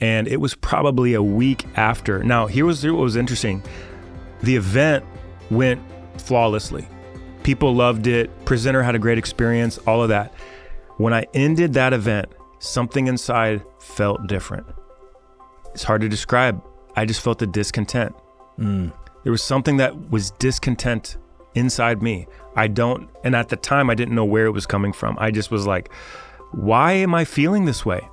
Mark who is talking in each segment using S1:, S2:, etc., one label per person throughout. S1: and it was probably a week after. Now, here was here what was interesting. The event went flawlessly. People loved it. Presenter had a great experience, all of that. When I ended that event, something inside felt different. It's hard to describe. I just felt the discontent.
S2: Mm.
S1: There was something that was discontent inside me. I don't, and at the time, I didn't know where it was coming from. I just was like, why am I feeling this way?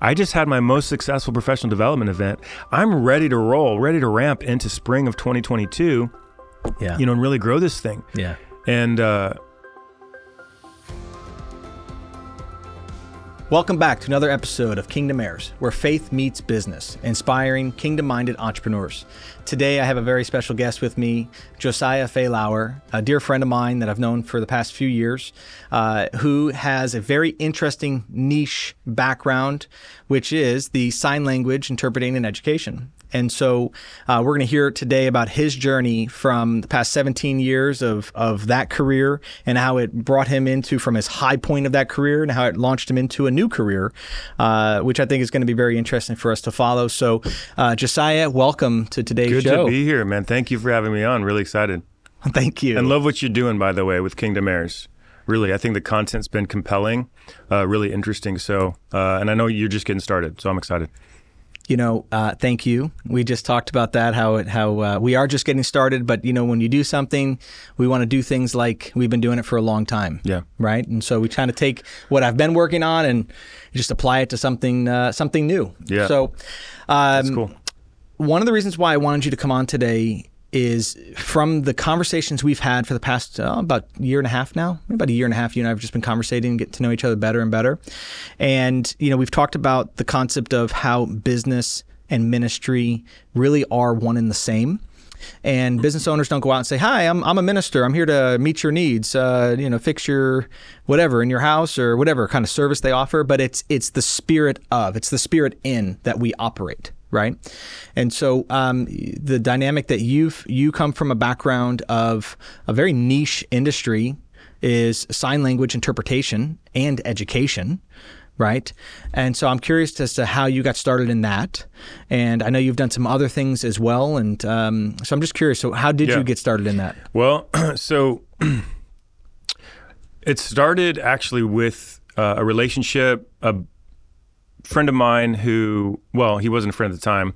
S1: I just had my most successful professional development event. I'm ready to roll, ready to ramp into spring of 2022,
S2: Yeah.
S1: you know, and really grow this thing.
S2: yeah.
S1: And uh,
S2: Welcome back to another episode of Kingdom Heirs, where faith meets business, inspiring kingdom minded entrepreneurs. Today, I have a very special guest with me, Josiah Faylauer, a dear friend of mine that I've known for the past few years, uh, who has a very interesting niche background, which is the sign language interpreting and education. And so uh, we're going to hear today about his journey from the past 17 years of, of that career and how it brought him into from his high point of that career and how it launched him into a new career, uh, which I think is going to be very interesting for us to follow. So, uh, Josiah, welcome to today's
S1: good
S2: show.
S1: to be here, man. Thank you for having me on. Really excited.
S2: Thank you.
S1: And love what you're doing, by the way, with Kingdom Heirs. Really, I think the content's been compelling, uh, really interesting. So, uh, and I know you're just getting started, so I'm excited.
S2: you know, uh, thank you. We just talked about that how it how uh, we are just getting started, but you know, when you do something, we want to do things like we've been doing it for a long time.
S1: Yeah.
S2: Right. And so we kind of take what I've been working on and just apply it to something uh, something new.
S1: Yeah.
S2: So, um,
S1: Cool.
S2: one of the reasons why I wanted you to come on today is from the conversations we've had for the past uh, about year and a half now, about a year and a half. You and I have just been conversating, and getting to know each other better and better. And you know, we've talked about the concept of how business and ministry really are one and the same. And business owners don't go out and say, "Hi, I'm, I'm a minister. I'm here to meet your needs. Uh, you know, fix your whatever in your house or whatever kind of service they offer." But it's it's the spirit of it's the spirit in that we operate right? And so um, the dynamic that you've you come from a background of a very niche industry is sign language interpretation and education. Right. And so I'm curious as to how you got started in that. And I know you've done some other things as well. And um, so I'm just curious. So, how did
S1: Yeah.
S2: you get started in that?
S1: Well, so it started actually with uh, a relationship, a friend of mine who, well, he wasn't a friend at the time,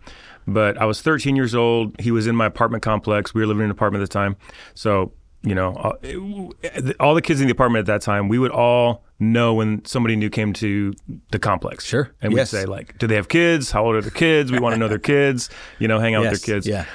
S1: but I was 13 years old. He was in my apartment complex. We were living in an apartment at the time. So, you know, all- it- all the kids in the apartment at that time, we would all know when somebody new came to the complex.
S2: Sure.
S1: And we'd
S2: Yes.
S1: say, like, do they have kids? How old are their kids? We want to know their kids, you know, hang out with
S2: Yes,
S1: their kids
S2: yeah.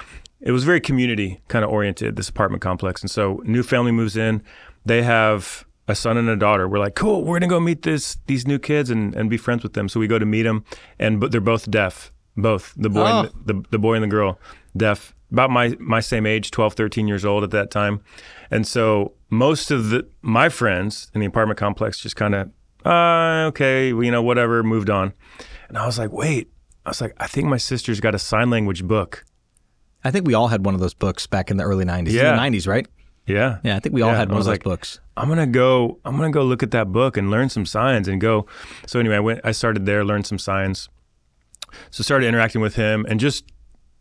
S1: it was very community kind of oriented this apartment complex and so new family moves in they have a son and a daughter we're like cool we're gonna go meet this these new kids and, and be friends with them so we go to meet them and but they're both deaf both the boy and the, the, the boy and the girl deaf about my my same age 12 13 years old at that time and so most of the my friends in the apartment complex just kind of uh, okay well, you know whatever moved on and i was like wait i was like i think my sister's got a sign language book
S2: I think we all had one of those books back in the early 90s.
S1: Yeah.
S2: In the 90s, right?
S1: yeah
S2: Yeah. I think we all
S1: Yeah,
S2: had
S1: I
S2: one of
S1: was
S2: those
S1: like,
S2: books.
S1: I'm gonna go. I'm gonna go look at that book and learn some signs and go. So anyway, I went. I started there, learned some signs. So started interacting with him, and just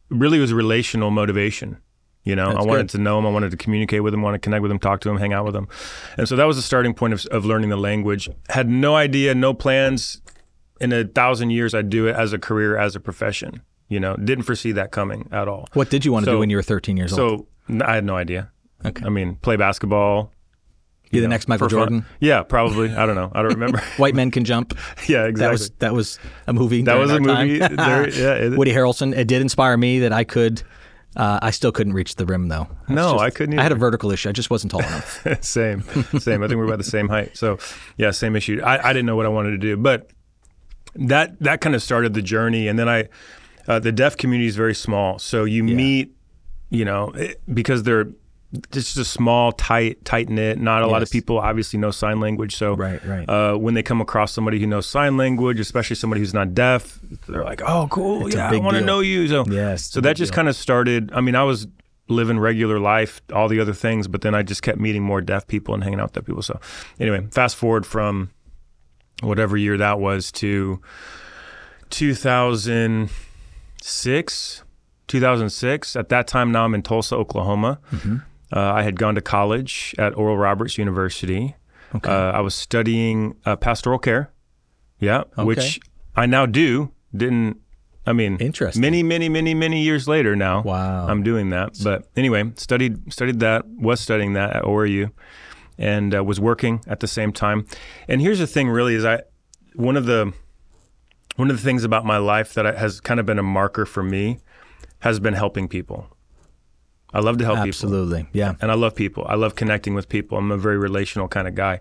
S1: really was relational motivation. You know, I wanted to know him. I wanted to communicate with him. Want to connect with him, talk to him, hang out with him, and so that was the starting point of, of learning the language. Had no idea, no plans. In a thousand years, I'd do it as a career, as a profession. You know, didn't foresee that coming at all.
S2: What did you want to do
S1: So-
S2: when you were 13 years old?
S1: So n- I had no idea.
S2: Okay.
S1: I mean, play basketball,
S2: Be the next Michael
S1: for fun.
S2: Jordan.
S1: Yeah, probably. I don't know. I don't remember.
S2: White Men Can Jump.
S1: yeah,
S2: That
S1: exactly.
S2: was that was a movie.
S1: That
S2: during
S1: was a
S2: our time.
S1: movie. There- yeah, it-
S2: Woody Harrelson. It did inspire me that I could. Uh, I still couldn't reach the rim though. I was
S1: No,
S2: just-
S1: I couldn't
S2: I had a vertical issue. I just wasn't tall enough.
S1: same, same. I think we're about the same height. So, yeah, same issue. I, I didn't know what I wanted to do, but that that kind of started the journey. And then I, uh, the deaf community is very small, so you meet, you know, it, because they're just a small, tight, tight knit. Not a lot of
S2: Yes.
S1: people obviously know sign language, so
S2: Right, right.
S1: Uh, when they come across somebody who knows sign language, especially somebody who's not deaf, they're like, "Oh, cool,
S2: a
S1: yeah, I
S2: big
S1: want to
S2: deal.
S1: know you." So,
S2: Yes, it's
S1: so
S2: a
S1: that
S2: big
S1: just
S2: deal.
S1: kind of started. I mean, I was living regular life, all the other things, but then I just kept meeting more deaf people and hanging out with deaf people. So, anyway, fast forward from whatever year that was to 2006, 2006. At that time, now I'm in Tulsa, Oklahoma.
S2: Mm-hmm.
S1: Uh, I had gone to college at Oral Roberts University.
S2: Okay.
S1: Uh, I was studying uh, pastoral care. Yeah,
S2: Okay.
S1: which I now do. Didn't I mean?
S2: Interesting.
S1: Many, many, many, many years later now.
S2: Wow.
S1: I'm doing that. But anyway, studied studied that. Was studying that at ORU, and uh, was working at the same time. And here's the thing, really, is I one of the one of the things about my life that I, has kind of been a marker for me has been helping people. I love to help people
S2: Absolutely. Yeah.
S1: and I love people. I love connecting with people. I'm a very relational kind of guy.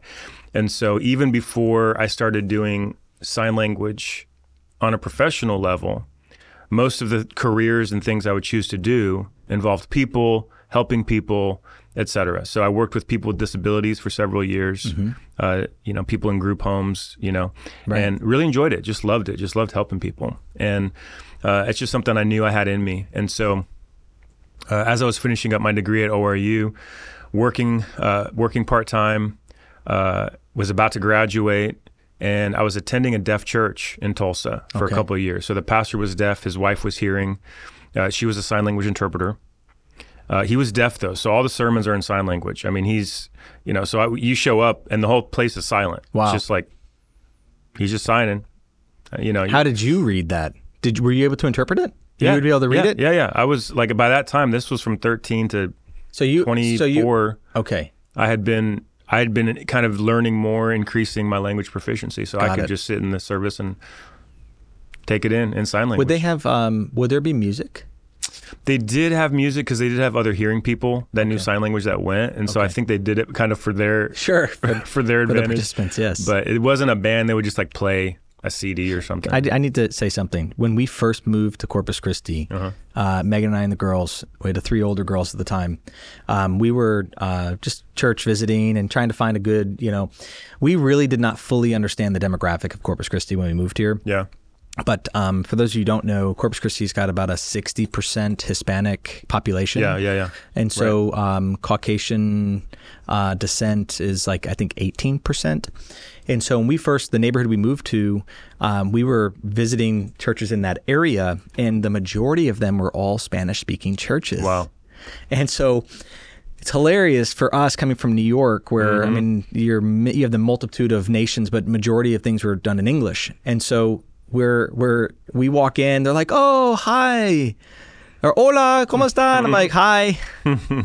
S1: And so even before I started doing sign language on a professional level, most of the careers and things I would choose to do involved people, helping people, et cetera. So I worked with people with disabilities for several years, uh, you know, people in group homes, you know, and really enjoyed it. Just loved it. Just loved helping people. And uh, it's just something I knew I had in me. And so uh, as I was finishing up my degree at ORU, working uh, working part time, uh, was about to graduate, and I was attending a deaf church in Tulsa for
S2: Okay.
S1: a couple of years. So the pastor was deaf, his wife was hearing, uh, she was a sign language interpreter. Uh, he was deaf though, so all the sermons are in sign language. I mean, he's you know, so I, you show up and the whole place is silent.
S2: Wow.
S1: It's just like he's just signing. Uh, you know,
S2: How did you read that? Did were you able to interpret it? You would be able to read
S1: yeah,
S2: it.
S1: Yeah, yeah. I was like by that time, this was from thirteen to
S2: So you.
S1: twenty four.
S2: So you. Okay.
S1: I had been I had been kind of learning more, increasing my language proficiency, so
S2: Got
S1: I could
S2: it.
S1: just sit in the service and take it in in sign language.
S2: Would they have? Um, would there be music?
S1: They did have music because they did have other hearing people that knew sign language that went, and so I think they did it kind of for their
S2: Sure. For,
S1: for their
S2: for the
S1: advantage.
S2: participants, yes.
S1: But it wasn't a band; they would just like play a CD or something.
S2: I, I need to say something. When we first moved to Corpus Christi, uh Megan and I and the girls, we had the three older girls at the time. Um, we were uh, just church visiting and trying to find a good, you know, we really did not fully understand the demographic of Corpus Christi when we moved here.
S1: yeah,
S2: But um, for those of you who don't know, Corpus Christi's got about a 60% Hispanic population.
S1: yeah, yeah, yeah.
S2: And so um, Caucasian uh, descent is like, I think, 18%. And so when we first, the neighborhood we moved to, um, we were visiting churches in that area, and the majority of them were all Spanish speaking churches.
S1: Wow.
S2: And so. It's hilarious for us coming from New York, where I mean, you're mi- you have the multitude of nations, but majority of things were done in English, and so we're we're we walk in, they're like, "Oh, hi," or "Hola, cómo están?" I'm like, "Hi,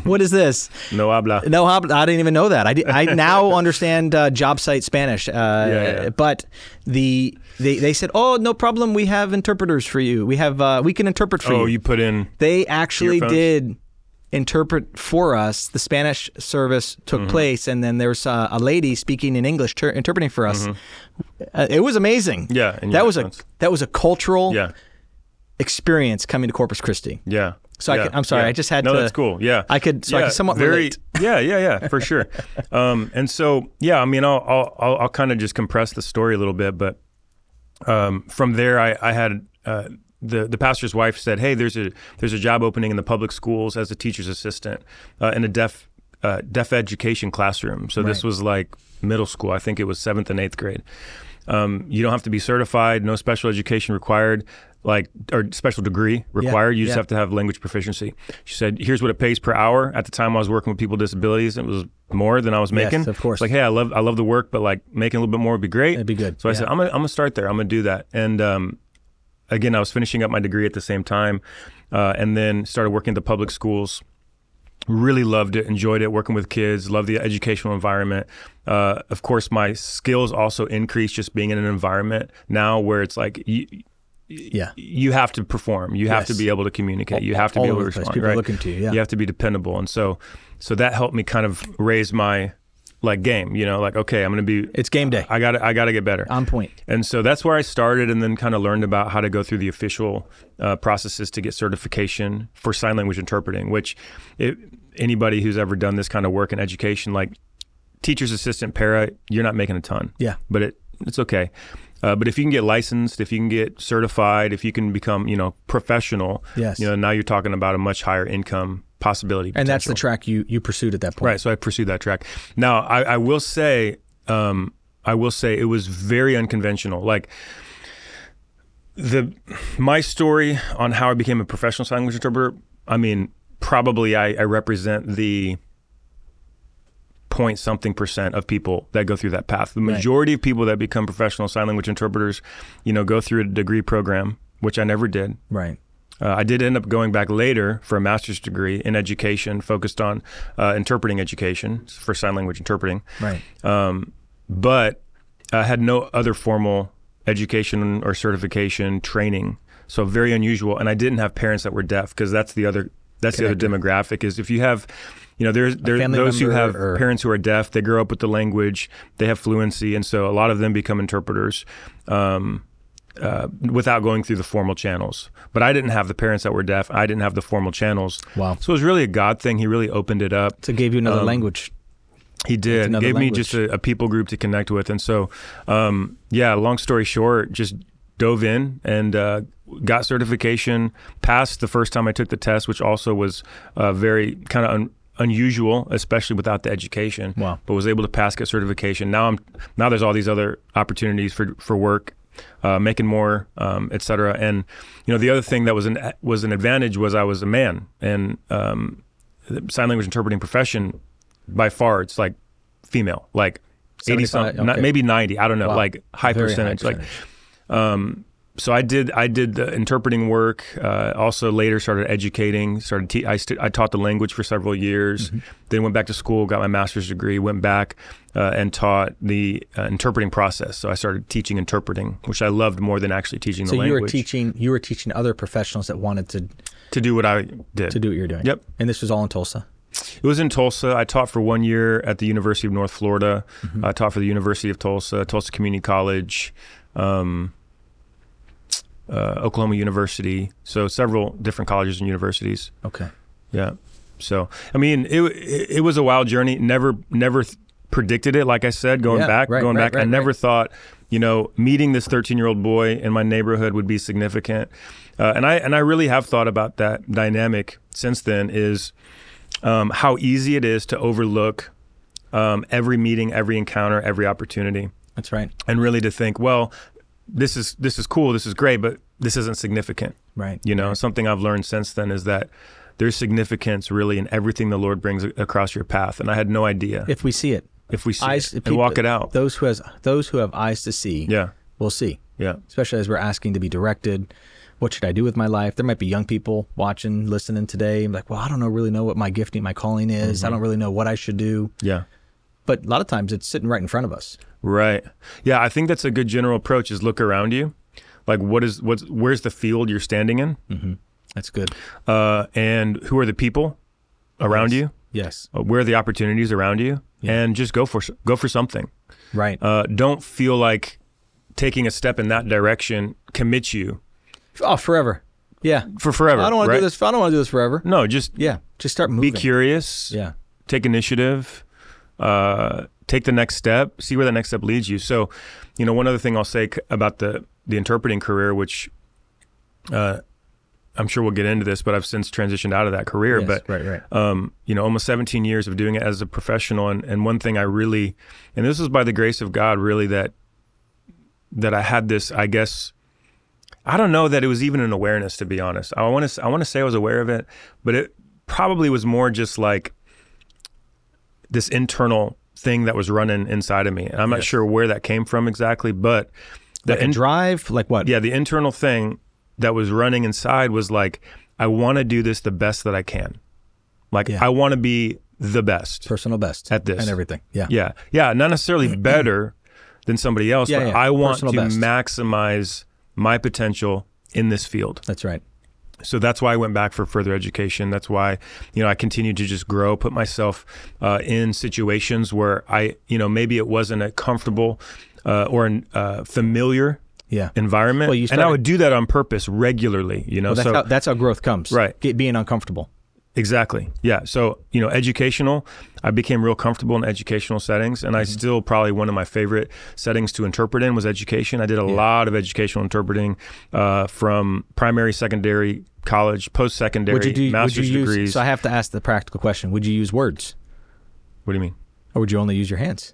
S2: what is this?"
S1: No habla.
S2: No, I I didn't even know that. I, di- I now understand uh, job site Spanish. Uh,
S1: yeah.
S2: But the they, they said, oh, no problem. We have interpreters for you. We have uh, we can interpret for
S1: oh,
S2: you.
S1: you put in.
S2: They actually
S1: Earphones?
S2: did interpret for us. The Spanish service took
S1: Mm-hmm.
S2: place, and then there was uh, a lady speaking in English, ter- interpreting for us. Uh, it was amazing.
S1: Mm-hmm. Yeah, and
S2: that
S1: your
S2: was
S1: headphones.
S2: a that was a cultural
S1: Yeah,
S2: experience coming to Corpus Christi.
S1: Yeah.
S2: So I
S1: yeah,
S2: could- I'm sorry,
S1: yeah.
S2: I just had
S1: no,
S2: to-
S1: that's cool. Yeah.
S2: I could- so I
S1: yeah,
S2: could somewhat
S1: very,
S2: relate.
S1: Yeah, yeah, yeah, for sure. um, and so, yeah, I mean, I'll, I'll, I'll, I'll kind of just compress the story a little bit, but um, from there, I, I had uh, the the pastor's wife said, "Hey, there's a there's a job opening in the public schools as a teacher's assistant uh, in a deaf uh, deaf education classroom." So this was like middle school. I think it was seventh and eighth grade. Um, you don't have to be certified. No special education required, like or special degree required. You just
S2: yeah.
S1: have to have language proficiency. She said, "Here's what it pays per hour." At the time, I was working with people with disabilities. It was more than I was making.
S2: of course.
S1: It's like, hey, I love I love the work, but like making a little bit more would be great.
S2: That'd be good,
S1: So I
S2: yeah.
S1: said, I'm gonna, I'm gonna start there. I'm gonna do that. And um, again, I was finishing up my degree at the same time, uh, and then started working at the public schools. Really loved it, enjoyed it, working with kids, loved the educational environment. Uh, of course, my skills also increased just being in an environment now where it's like you,
S2: Yeah.
S1: you have to perform, you have
S2: Yes.
S1: to be able to communicate, you have to
S2: all
S1: be able
S2: over
S1: to
S2: the place.
S1: respond.
S2: People are
S1: right?
S2: looking to you, yeah.
S1: you have to be dependable, and so so that helped me kind of raise my like game. You know, like okay, I'm going to be.
S2: It's game day.
S1: I got to I got to get better.
S2: On point.
S1: And so that's where I started, and then kind of learned about how to go through the official uh, processes to get certification for sign language interpreting. Which, it, anybody who's ever done this kind of work in education, like teacher's assistant, para, you're not making a ton.
S2: Yeah.
S1: but it it's okay. Uh, but if you can get licensed, if you can get certified, if you can become you know professional,
S2: Yes.
S1: you know now you're talking about a much higher income possibility.
S2: And that's
S1: potential.
S2: the track you you pursued at that point.
S1: Right. So I pursued that track. Now I, I will say, um, I will say it was very unconventional. Like the my story on how I became a professional sign language interpreter. I mean, probably I, I represent the point something percent of people that go through that path. The majority of people that become professional sign language interpreters, you know, go through a degree program, which I never did.
S2: Right.
S1: Uh, I did end up going back later for a master's degree in education, focused on uh, interpreting education for sign language interpreting.
S2: Right.
S1: But I had no other formal education or certification training, so very unusual. And I didn't have parents that were deaf because that's the other that's the other demographic is if you have, you know, there's there's
S2: family
S1: those who
S2: member
S1: have
S2: or-
S1: parents who are deaf. They grow up with the language, they have fluency, and so a lot of them become interpreters. Um, uh, without going through the formal channels. But I didn't have the parents that were deaf. I didn't have the formal channels.
S2: Wow.
S1: So it was really a God thing. He really opened it up.
S2: so it gave you
S1: Um,
S2: another language.
S1: He did.
S2: another
S1: Gave me
S2: language.
S1: just a, a people group to connect with. And so, um, yeah, long story short, just dove in and uh, got certification, passed the first time I took the test, which also was uh, very kind of un- unusual, especially without the education.
S2: Wow.
S1: But was able to pass, get certification. Now I'm now there's all these other opportunities for for work. Uh, making more, um, et cetera, and you know the other thing that was an was an advantage was I was a man, and um, the sign language interpreting profession by far it's like female like 80
S2: 75,
S1: something
S2: okay.
S1: maybe 90 i don't know
S2: Wow.
S1: like high
S2: Very high
S1: percentage like so i did i did the interpreting work uh, also later started educating started te- I, st- I taught the language for several years
S2: Mm-hmm.
S1: then went back to school got my master's degree went back uh, and taught the uh, interpreting process so i started teaching interpreting which i loved more than actually teaching
S2: So
S1: the
S2: you were
S1: language
S2: teaching you were teaching other professionals that wanted to
S1: to do what i did
S2: to do what you're doing.
S1: Yep.
S2: And this was all in Tulsa.
S1: It was in Tulsa. I taught for one year at the University of North Florida. I taught for the University of Tulsa, Tulsa Community College, um, uh, Oklahoma University. So several different colleges and universities.
S2: Okay.
S1: Yeah. So I mean, it it, it was a wild journey. Never never th- predicted it. Like I said, going
S2: Yeah,
S1: back,
S2: right,
S1: going
S2: right,
S1: back, I
S2: right,
S1: never thought. You know, meeting this 13 year old boy in my neighborhood would be significant, uh, and I and I really have thought about that dynamic since then. Is um, how easy it is to overlook um, every meeting, every encounter, every opportunity
S2: That's right.
S1: and really to think, well, this is this is cool, this is great, but this isn't significant.
S2: Right.
S1: You know, something I've learned since then is that there's significance really in everything the Lord brings a- across your path, and I had no idea if,
S2: If we see it.
S1: we see
S2: eyes
S1: it
S2: if
S1: and walk
S2: people-
S1: it out.
S2: Those who has those who have eyes to see
S1: yeah,
S2: will see.
S1: yeah,
S2: Especially as we're asking to be directed. What should I do with my life? There might be young people watching, listening today. and like, well, I don't know really know what my gifting, my calling is.
S1: Mm-hmm.
S2: I don't really know what I should do.
S1: yeah.
S2: But a lot of times it's sitting right in front of us.
S1: Right. Yeah, I think that's a good general approach. Is look around you, like what is what's where's the field you're standing in,
S2: Hmm. That's good.
S1: uh, and who are the people around you,
S2: Yes.
S1: Uh, where are the opportunities around you, and just go for s- go for something.
S2: Right.
S1: uh, don't feel like taking a step in that direction commits you
S2: oh, forever. Yeah.
S1: for forever.
S2: I don't want to
S1: right?
S2: do this. I don't want to do this forever.
S1: No, just
S2: Yeah. Just start
S1: be
S2: moving.
S1: curious.
S2: Yeah.
S1: Take initiative. Uh, take the next step. See where that next step leads you. So, you know, one other thing I'll say c- about the the interpreting career, which uh, I'm sure we'll get into this, but I've since transitioned out of that career.
S2: Yes,
S1: but
S2: right, right.
S1: um, you know, almost 17 years of doing it as a professional. And, and one thing I really, and this was by the grace of God, really, that, that I had this, I guess, I don't know that it was even an awareness, to be honest. I want to, I want to say I was aware of it, but it probably was more just like this internal thing that was running inside of me. And I'm not sure where that came from exactly, but the
S2: Like a
S1: in-
S2: drive, like what?
S1: yeah, the internal thing that was running inside was like, I want to do this the best that I can. Like, I want to be the best
S2: Personal best.
S1: At this.
S2: And everything. Yeah.
S1: Yeah. Yeah. Not necessarily better than somebody else,
S2: Yeah,
S1: but
S2: yeah.
S1: I want
S2: Personal
S1: to
S2: best.
S1: maximize my potential in this field.
S2: That's right.
S1: So that's why I went back for further education. That's why, you know, I continued to just grow, put myself uh, in situations where I, you know, maybe it wasn't a comfortable uh, or an, uh, familiar
S2: Yeah.
S1: environment.
S2: Well, you
S1: and I
S2: started-
S1: would do that on purpose regularly, you know.
S2: Well, that's,
S1: so
S2: how, that's how growth comes.
S1: Right.
S2: Get, being uncomfortable.
S1: exactly. Yeah. So, you know, educational, I became real comfortable in educational settings and I
S2: Mm-hmm.
S1: still probably one of my favorite settings to interpret in was education. I did a lot of educational interpreting uh, from primary, secondary, college, post-secondary,
S2: Would you do? Would you
S1: master's
S2: use?
S1: degrees.
S2: So I have to ask the practical question: Would you use words,
S1: what do you mean?
S2: or would you only use your hands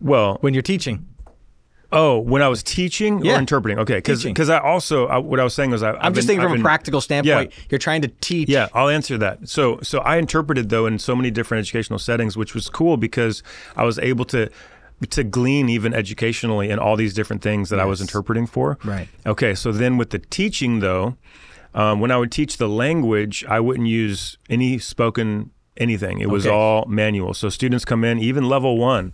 S1: Well,
S2: when you're teaching?
S1: Oh, when I was teaching
S2: Yeah.
S1: or interpreting? Okay, because
S2: Teaching.
S1: I also I, what I was saying was I,
S2: I'm just thinking from a practical standpoint.
S1: Yeah.
S2: You're trying to teach.
S1: Yeah, I'll answer that. So, so I interpreted though in so many different educational settings, which was cool because I was able to to glean even educationally in all these different things that I was interpreting for.
S2: Right.
S1: Okay, so then with the teaching though, um, when I would teach the language, I wouldn't use any spoken anything. It was
S2: Okay.
S1: all manual. So students come in, even level one,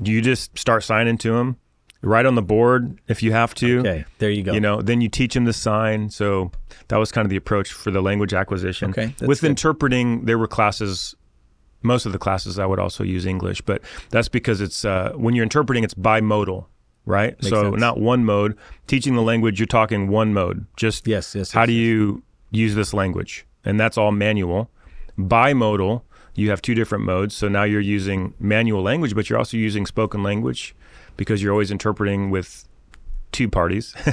S1: you just start signing to them, right on the board if you have to.
S2: Okay, there you go.
S1: You know, then you teach them the sign. So that was kind of the approach for the language acquisition.
S2: Okay, that's
S1: With
S2: good.
S1: interpreting, there were classes. Most of the classes I would also use English, but that's because it's uh, when you're interpreting, it's bimodal, right? so
S2: sense.
S1: not one mode. Teaching the language, you're talking one mode. Just
S2: Yes, yes,
S1: How
S2: yes,
S1: do you use this language? And that's all manual. Bimodal, you have two different modes. So now you're using manual language, but you're also using spoken language because you're always interpreting with two parties.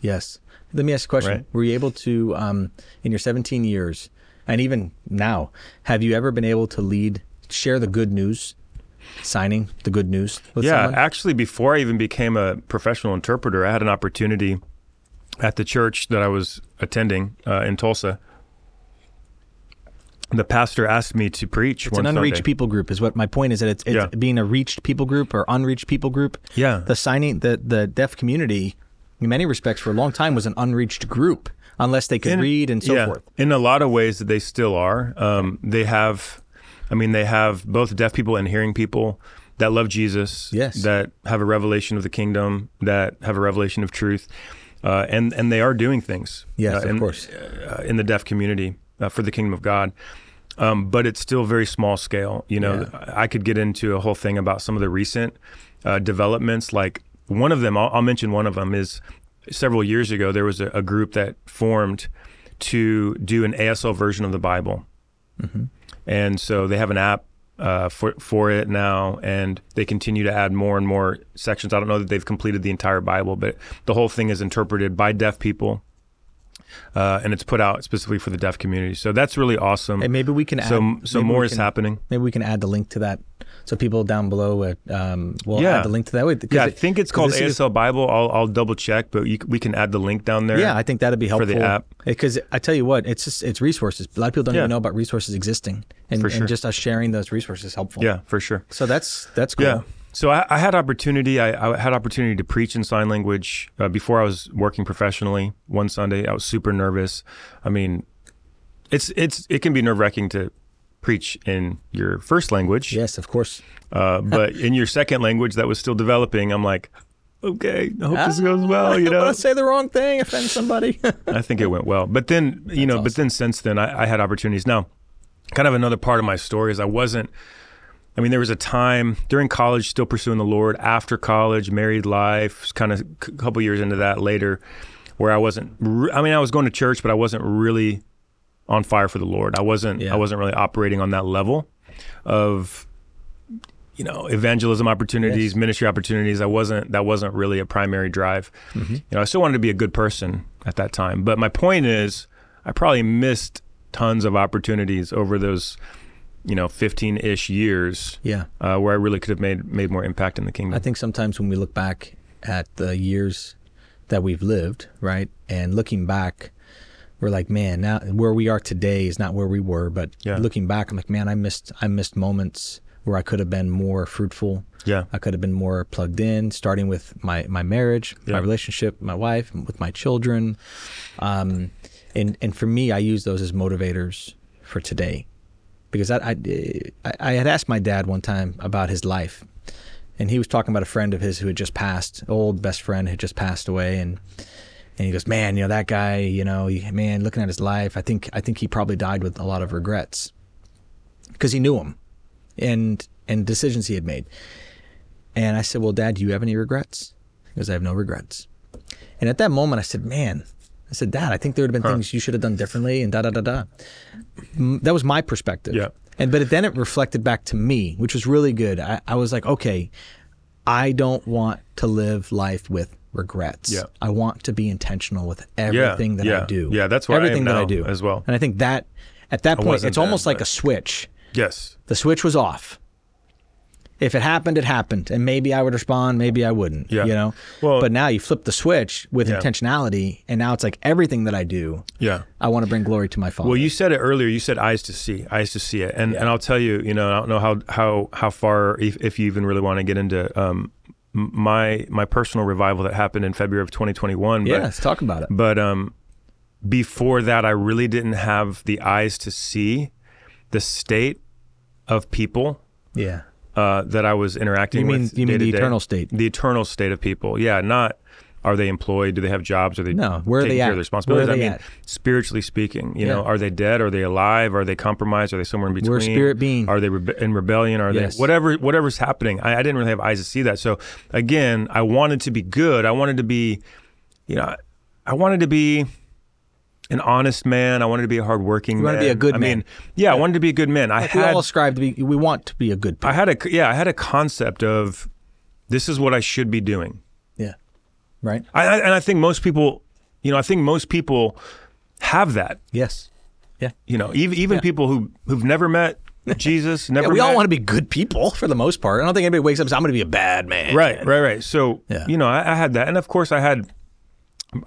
S2: Yes. Let me ask you a question.
S1: Right.
S2: Were you able to, um, in your 17 years, and even now, have you ever been able to lead, share the good news, signing the good news with
S1: yeah,
S2: someone?
S1: actually, before I even became a professional interpreter, I had an opportunity at the church that I was attending uh, in Tulsa. The pastor asked me to preach.
S2: It's
S1: one
S2: an unreached
S1: Sunday.
S2: people group, is what my point is. That it's, it's
S1: Yeah.
S2: being a reached people group or unreached people group.
S1: Yeah.
S2: The signing, the the deaf community, in many respects, for a long time was an unreached group, unless they could
S1: In-
S2: read and so
S1: yeah,
S2: forth.
S1: In a lot of ways, that they still are. Um, they have, I mean, they have both deaf people and hearing people that love Jesus.
S2: Yes.
S1: That have a revelation of the kingdom. That have a revelation of truth. Uh, and and they are doing things.
S2: Yes,
S1: uh,
S2: of
S1: in-
S2: course.
S1: Uh, in the deaf community uh, for the kingdom of God. Um, but it's still very small scale. You know, I could get into a whole thing about some of the recent uh, developments. Like one of them, I'll, I'll mention one of them is several years ago there was a, a group that formed to do an ASL version of the Bible, and so they have an app uh, for for it now, and they continue to add more and more sections. I don't know that they've completed the entire Bible, but the whole thing is interpreted by deaf people, uh, and it's put out specifically for the deaf community. So that's really awesome.
S2: And maybe we can add.
S1: so so
S2: maybe we
S1: more is
S2: can-
S1: happening.
S2: Maybe we can add the link to that, so people down below uh, um, will
S1: Yeah.
S2: add the link to that. Wait, 'cause
S1: Yeah, I
S2: it-
S1: think it's
S2: 'cause
S1: called
S2: this is-
S1: ASL Bible. I'll, I'll double check, but you, c- we can add the link down there.
S2: Yeah, I think that'd be helpful
S1: the app.
S2: Because I tell you what, it's just it's resources. A lot of people don't
S1: Yeah.
S2: even know about resources existing, and,
S1: For
S2: and
S1: sure.
S2: just us sharing those resources is helpful.
S1: Yeah, for sure.
S2: So that's that's cool.
S1: Yeah. So I, I had opportunity. I, I had opportunity to preach in sign language uh, before I was working professionally. One Sunday, I was super nervous. I mean, it's it's it can be nerve wracking to preach in your first language,
S2: Yes, of course.
S1: uh, but in your second language that was still developing, I'm like, okay, I hope this goes well. Oh, You
S2: I don't
S1: know,
S2: want to say the wrong thing, offend somebody.
S1: I think it went well. But then, you know, but then since then, I, I had opportunities. Now, kind of another part of my story is I wasn't. I mean, there was a time during college, still pursuing the Lord. After college, married life, kind of a couple years into that later, where I wasn't. Re- I mean, I was going to church, but I wasn't really on fire for the Lord. I wasn't.
S2: Yeah.
S1: I wasn't really operating on that level of you know evangelism opportunities ministry opportunities i wasn't that wasn't really a primary drive
S2: Mm-hmm.
S1: you know i still wanted to be a good person at that time but my point is i probably missed tons of opportunities over those you know 15-ish years
S2: yeah,
S1: uh, where i really could have made made more impact in the kingdom
S2: I think sometimes when we look back at the years that we've lived, right, and looking back, we're like, man, now where we are today is not where we were. But
S1: Yeah.
S2: looking back, I'm like, man, I missed I missed moments where I could have been more fruitful.
S1: yeah
S2: I could have been more plugged in, starting with my my marriage, my
S1: Yeah.
S2: relationship, my wife, with my children, um, and and for me, I use those as motivators for today, because I I, I- I had asked my dad one time about his life, and he was talking about a friend of his who had just passed, old best friend had just passed away, and and he goes, man, you know that guy, you know, he- man, looking at his life, I think I think he probably died with a lot of regrets, because he knew him, and and decisions he had made. And I said, Well, Dad, do you have any regrets? He goes, I have no regrets. And at that moment, I said, Man, I said, Dad, I think there would have been things you should have done differently and da da da da. M- That was my perspective.
S1: Yeah.
S2: And but then it reflected back to me, which was really good. I, I was like, Okay, I don't want to live life with regrets.
S1: Yeah.
S2: I want to be intentional with everything that I
S1: yeah.
S2: do.
S1: Yeah, that's where I am
S2: everything that I
S1: now
S2: do
S1: as well.
S2: And I think that at that point,
S1: wasn't
S2: it's almost
S1: then,
S2: like
S1: but-
S2: a switch
S1: yes
S2: the switch was off If it happened, it happened, and maybe I would respond, maybe I wouldn't.
S1: Yeah.
S2: You know.
S1: Well-
S2: but now you flip the switch with
S1: Yeah.
S2: intentionality, and now it's like everything that I do,
S1: Yeah.
S2: I want to bring glory to my Father.
S1: Well, you said it earlier. You said eyes to see, eyes to see it, and and I'll tell you, you know, I don't know how how how far if, if you even really want to get into um m- my my personal revival that happened in February of 2021.
S2: yeah.
S1: but-
S2: Let's talk about it.
S1: but um, before that, I really didn't have the eyes to see the state of people
S2: Yeah.
S1: uh, that I was interacting
S2: You mean-
S1: with.
S2: you mean the
S1: day-to-day.
S2: eternal state?
S1: The eternal state of people. Yeah, not are they employed? Do they have jobs? Are they
S2: No, where are
S1: taking
S2: they
S1: care
S2: at?
S1: of their
S2: Where are
S1: responsibilities?
S2: they
S1: I mean,
S2: at?
S1: spiritually speaking, you know,
S2: Yeah.
S1: are they dead? Are they alive? Are they compromised? Are they somewhere in between?
S2: We're a spirit being.
S1: Are they rebe- in rebellion? Are
S2: Yes.
S1: they whatever? Whatever's happening, I, I didn't really have eyes to see that. So again, I wanted to be good. I wanted to be, you know, I wanted to be an honest man. I wanted to be a hardworking.
S2: You
S1: man.
S2: wanted to be a good
S1: I
S2: man.
S1: Mean, yeah, I wanted to be a good man. I
S2: we
S1: had
S2: all ascribe to be. We want to be a good.
S1: I
S2: Person.
S1: had a yeah, I had a concept of this is what I should be doing.
S2: yeah. Right.
S1: I, I and I think most people, you know, I think most people have that.
S2: Yes. Yeah.
S1: You know, even even people who who've never met Jesus, never.
S2: Yeah, we all
S1: met-
S2: want to be good people for the most part. I don't think anybody wakes up and says, I'm going to be a bad man.
S1: Right, right, right. So
S2: Yeah.
S1: you know, I, I had that, and of course, I had.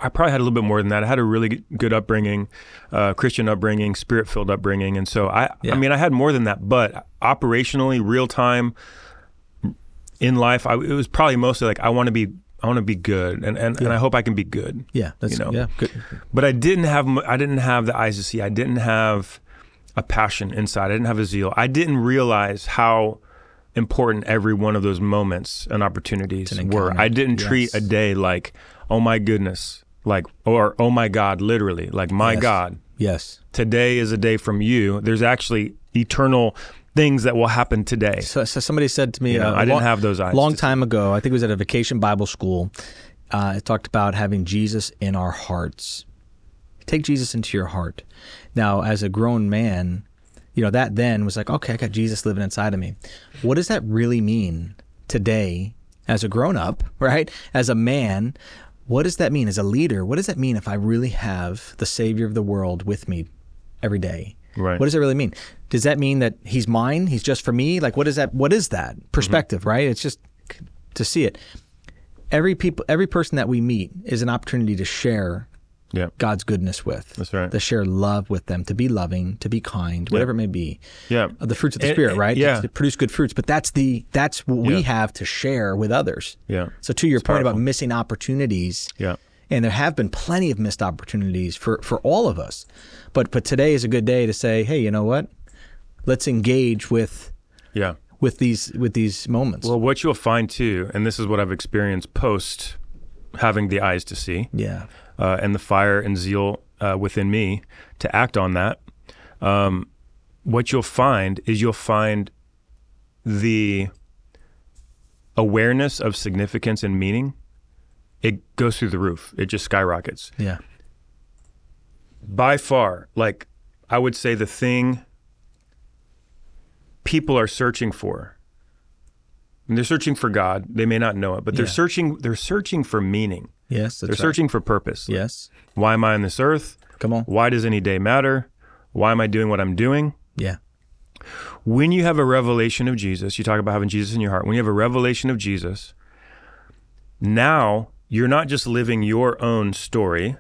S1: I probably had a little bit more than that. I had a really g- good upbringing, uh, Christian upbringing, spirit filled upbringing, and so I.
S2: Yeah.
S1: I mean, I had more than that, but operationally, real time, in life, I, it was probably mostly like I want to be. I want to be good, and and, and I hope I can be good.
S2: Yeah. That's,
S1: You know.
S2: yeah. Good.
S1: But I didn't have m- I didn't have the eyes to see. I didn't have a passion inside. I didn't have a zeal. I didn't realize how important every one of those moments and opportunities
S2: an
S1: were.
S2: encounter.
S1: I didn't treat a
S2: Yes.
S1: day like, oh my goodness, like or oh my God, literally, like my
S2: Yes.
S1: God,
S2: Yes.
S1: today is a day from you. There's actually eternal things that will happen today.
S2: So, so somebody said to me,
S1: You know,
S2: uh,
S1: I didn't
S2: long-
S1: have those eyes
S2: Long
S1: to see.
S2: time ago, I think it was at a vacation Bible school. Uh, it talked about having Jesus in our hearts. Take Jesus into your heart. Now, as a grown man, you know that then was like, okay, I got Jesus living inside of me. What does that really mean today, as a grown up, right? As a man, what does that mean? As a leader, what does that mean if I really have the Savior of the world with me every day?
S1: Right.
S2: What does it really mean? Does that mean that he's mine? He's just for me? Like what is that? What is that perspective? Right? It's just c- to see it. Every people, every person that we meet is an opportunity to share
S1: Yeah.
S2: God's goodness with.
S1: That's right.
S2: To share love with them, to be loving, to be kind, whatever it may be.
S1: Yeah.
S2: Uh, The fruits of the
S1: It-
S2: spirit,
S1: it-
S2: right?
S1: yeah.
S2: To produce good fruits, but that's the that's what
S1: Yeah.
S2: we have to share with others.
S1: Yeah.
S2: So to your point about
S1: powerful.
S2: missing opportunities.
S1: Yeah.
S2: And there have been plenty of missed opportunities for for all of us. But but today is a good day to say, hey, you know what? Let's engage with
S1: Yeah.
S2: with these with these moments.
S1: Well, what you'll find too, and this is what I've experienced post having the eyes to see.
S2: yeah.
S1: uh, and the fire and zeal uh, within me to act on that, um, what you'll find is you'll find the awareness of significance and meaning. It goes through the roof. It just skyrockets
S2: Yeah.
S1: by far. Like I would say, the thing people are searching for. And they're searching for God. They may not know it, but they're
S2: Yeah.
S1: searching. They're searching for meaning.
S2: Yes.
S1: They're searching for purpose.
S2: Yes.
S1: Why am I on this earth?
S2: Come on.
S1: Why does any day matter? Why am I doing what I'm doing?
S2: Yeah.
S1: When you have a revelation of Jesus, you talk about having Jesus in your heart. When you have a revelation of Jesus, now you're not just living your own story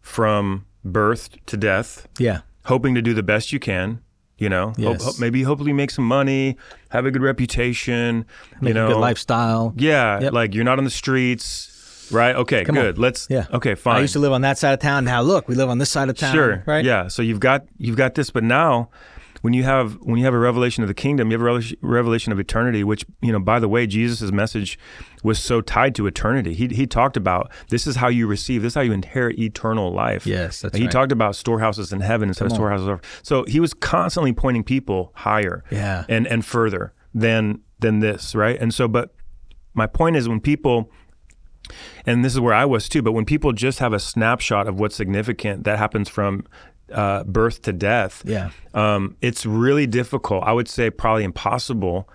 S1: from birth to death,
S2: Yeah.
S1: hoping to do the best you can. You know, hope-
S2: Yes.
S1: hope- maybe hopefully make some money, have a good reputation. you
S2: Make
S1: know,
S2: a good lifestyle.
S1: Yeah,
S2: Yep.
S1: like you're not on the streets, right? Okay,
S2: on.
S1: good. Let's.
S2: Yeah.
S1: Okay, fine.
S2: I used to live on that side of town. Now look, we live on this side of town.
S1: Sure.
S2: Right.
S1: Yeah. So you've got you've got this, but now when you have when you have a revelation of the kingdom, you have a revelation- revelation of eternity. Which you know, by the way, Jesus' message was so tied to eternity. He he talked about this is how you receive, this is how you inherit eternal life.
S2: Yes, that's
S1: he
S2: right.
S1: talked about storehouses in heaven instead of storehouses. on earth. So he was constantly pointing people higher.
S2: Yeah.
S1: And and further than than this, right? And so, but my point is when people and this is where I was too. But when people just have a snapshot of what's significant, that happens from uh, birth to death.
S2: Yeah.
S1: um, it's really difficult. I would say probably impossible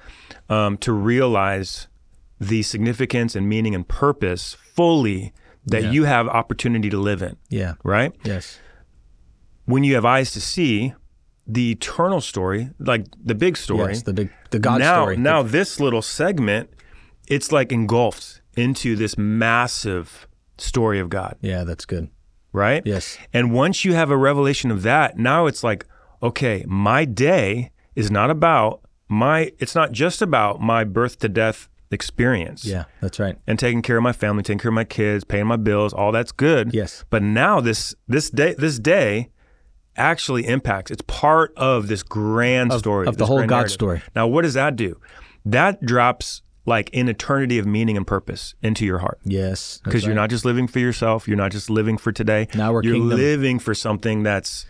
S1: um, to realize the significance and meaning and purpose fully that you have opportunity to live in.
S2: Yeah.
S1: Right
S2: Yes.
S1: when you have eyes to see, the eternal story, like the big story.
S2: Yes, the big the God
S1: now,
S2: story.
S1: Now this little segment, it's like engulfed into this massive story of God,
S2: yeah, that's good.
S1: right?
S2: Yes.
S1: And once you have a revelation of that, now it's like, okay, my day is not about my it's not just about my birth to death experience.
S2: Yeah, that's right.
S1: And taking care of my family, taking care of my kids, paying my bills, all that's good.
S2: Yes.
S1: But now this this day this day actually impacts. It's part of this grand story.
S2: of the
S1: this
S2: whole
S1: grand
S2: God
S1: narrative.
S2: story.
S1: Now what does that do? That drops like an eternity of meaning and purpose into your heart
S2: Yes.
S1: because you're not just living for yourself. You're not just living for today.
S2: Now we're
S1: you're
S2: kingdom.
S1: living for something that's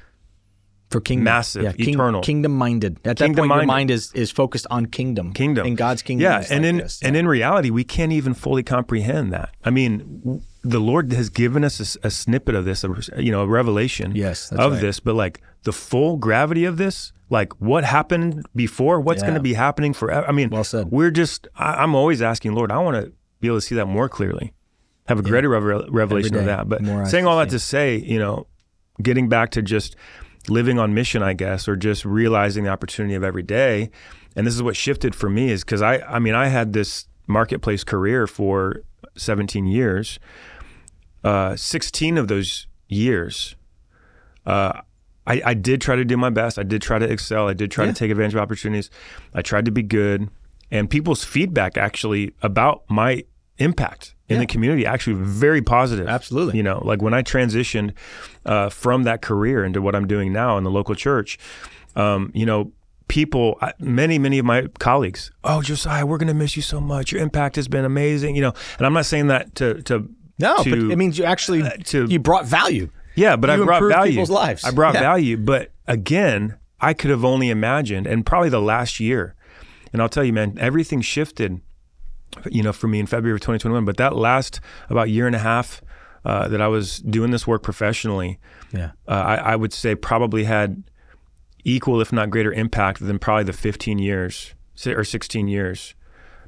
S2: for kingdom
S1: massive,
S2: yeah, king-
S1: eternal.
S2: kingdom minded. At that point, your
S1: Kingdom-minded.
S2: mind is is focused on kingdom,
S1: kingdom
S2: in God's kingdom.
S1: Yeah,
S2: is
S1: and
S2: like
S1: in
S2: this.
S1: and in reality, we can't even fully comprehend that. I mean, w- the Lord has given us a s- a, snippet of this, a, you know, a revelation
S2: Yes, that's
S1: of
S2: right.
S1: this, but like the full gravity of this. Like what happened before, what's
S2: Yeah.
S1: going to be happening forever? I mean,
S2: Well said.
S1: we're just, I, I'm always asking, Lord, I want to be able to see that more clearly, have a greater revel- revelation
S2: Every
S1: of
S2: day,
S1: that. But
S2: more eyes
S1: saying
S2: to
S1: all that to say, you know, getting back to just living on mission, I guess, or just realizing the opportunity of every day. And this is what shifted for me is because I, I mean, I had this marketplace career for 17 years. Uh, 16 of those years, uh, I, I did try to do my best. I did try to excel. I did try
S2: Yeah.
S1: to take advantage of opportunities. I tried to be good. And people's feedback actually about my impact in the community actually very positive.
S2: Absolutely.
S1: You know, like when I transitioned uh, from that career into what I'm doing now in the local church, um, you know, people, I- many, many of my colleagues, oh, Josiah, we're going to miss you so much. Your impact has been amazing. You know, and I'm not saying that to, to,
S2: no,
S1: to, uh,
S2: but it means you actually
S1: to-
S2: you brought value.
S1: yeah, but I
S2: You
S1: brought
S2: improved
S1: value.
S2: people's lives.
S1: I brought
S2: Yeah.
S1: value, but again, I could have only imagined, and probably the last year. And I'll tell you, man, everything shifted, you know, for me in February of 2021. But that last about year and a half uh, that I was doing this work professionally,
S2: Yeah.
S1: uh, I, I would say probably had equal, if not greater, impact than probably the 15 years si- or 16 years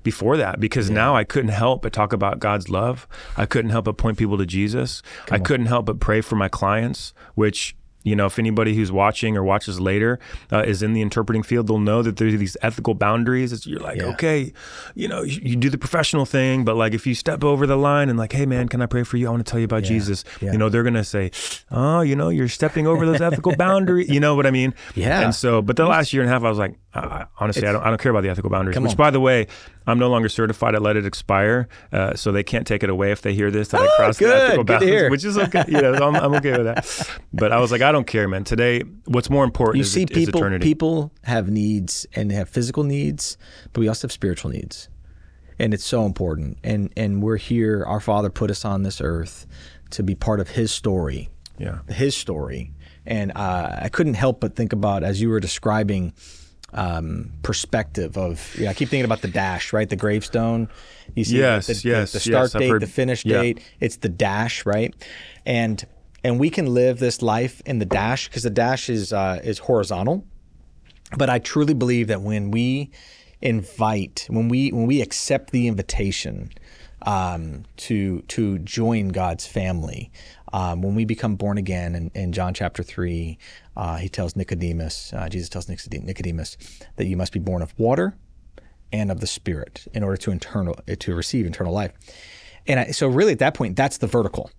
S1: before that. Because now I couldn't help but talk about God's love. I couldn't help but point people to Jesus. I couldn't help but pray for my clients, which you know, if anybody who's watching or watches later uh, is in the interpreting field, they'll know that there's these ethical boundaries. It's, you're like,
S2: Yeah.
S1: okay, you know, you, you do the professional thing, but like if you step over the line and like, hey man, can I pray for you? I want to tell you about Jesus.
S2: Yeah.
S1: You know, they're gonna say, oh, you know, you're stepping over those ethical boundaries. You know what I mean?
S2: Yeah.
S1: And so, but the last year and a half, I was like, I- I, honestly, I don't, I don't care about the ethical boundaries. Which,
S2: on.
S1: by the way, I'm no longer certified. I let it expire, uh, so they can't take it away if they hear this that I crossed
S2: Oh, good.
S1: the ethical
S2: Good to
S1: boundaries,
S2: hear.
S1: which is okay. You know, so I'm, I'm okay with that. But I was like, I don't care, man. Today, what's more important
S2: You
S1: is,
S2: see,
S1: is
S2: people
S1: eternity.
S2: people have needs and they have physical needs, but we also have spiritual needs, and it's so important. And and we're here. Our Father put us on this earth to be part of His story,
S1: yeah.
S2: his story. And uh, I couldn't help but think about as you were describing um, perspective of yeah, I keep thinking about the dash, right? The gravestone. You see
S1: Yes,
S2: the, the,
S1: yes,
S2: the start
S1: yes, I've
S2: date,
S1: heard-
S2: the finish
S1: yeah.
S2: date. It's the dash, right? And and we can live this life in the dash because the dash is uh, is horizontal. But I truly believe that when we invite, when we when we accept the invitation um, to to join God's family, um, when we become born again, in, in John chapter three, uh, he tells Nicodemus, uh, Jesus tells Nicodem- Nicodemus that you must be born of water and of the Spirit in order to internal to receive eternal life. And I, so, really, at that point, that's the vertical.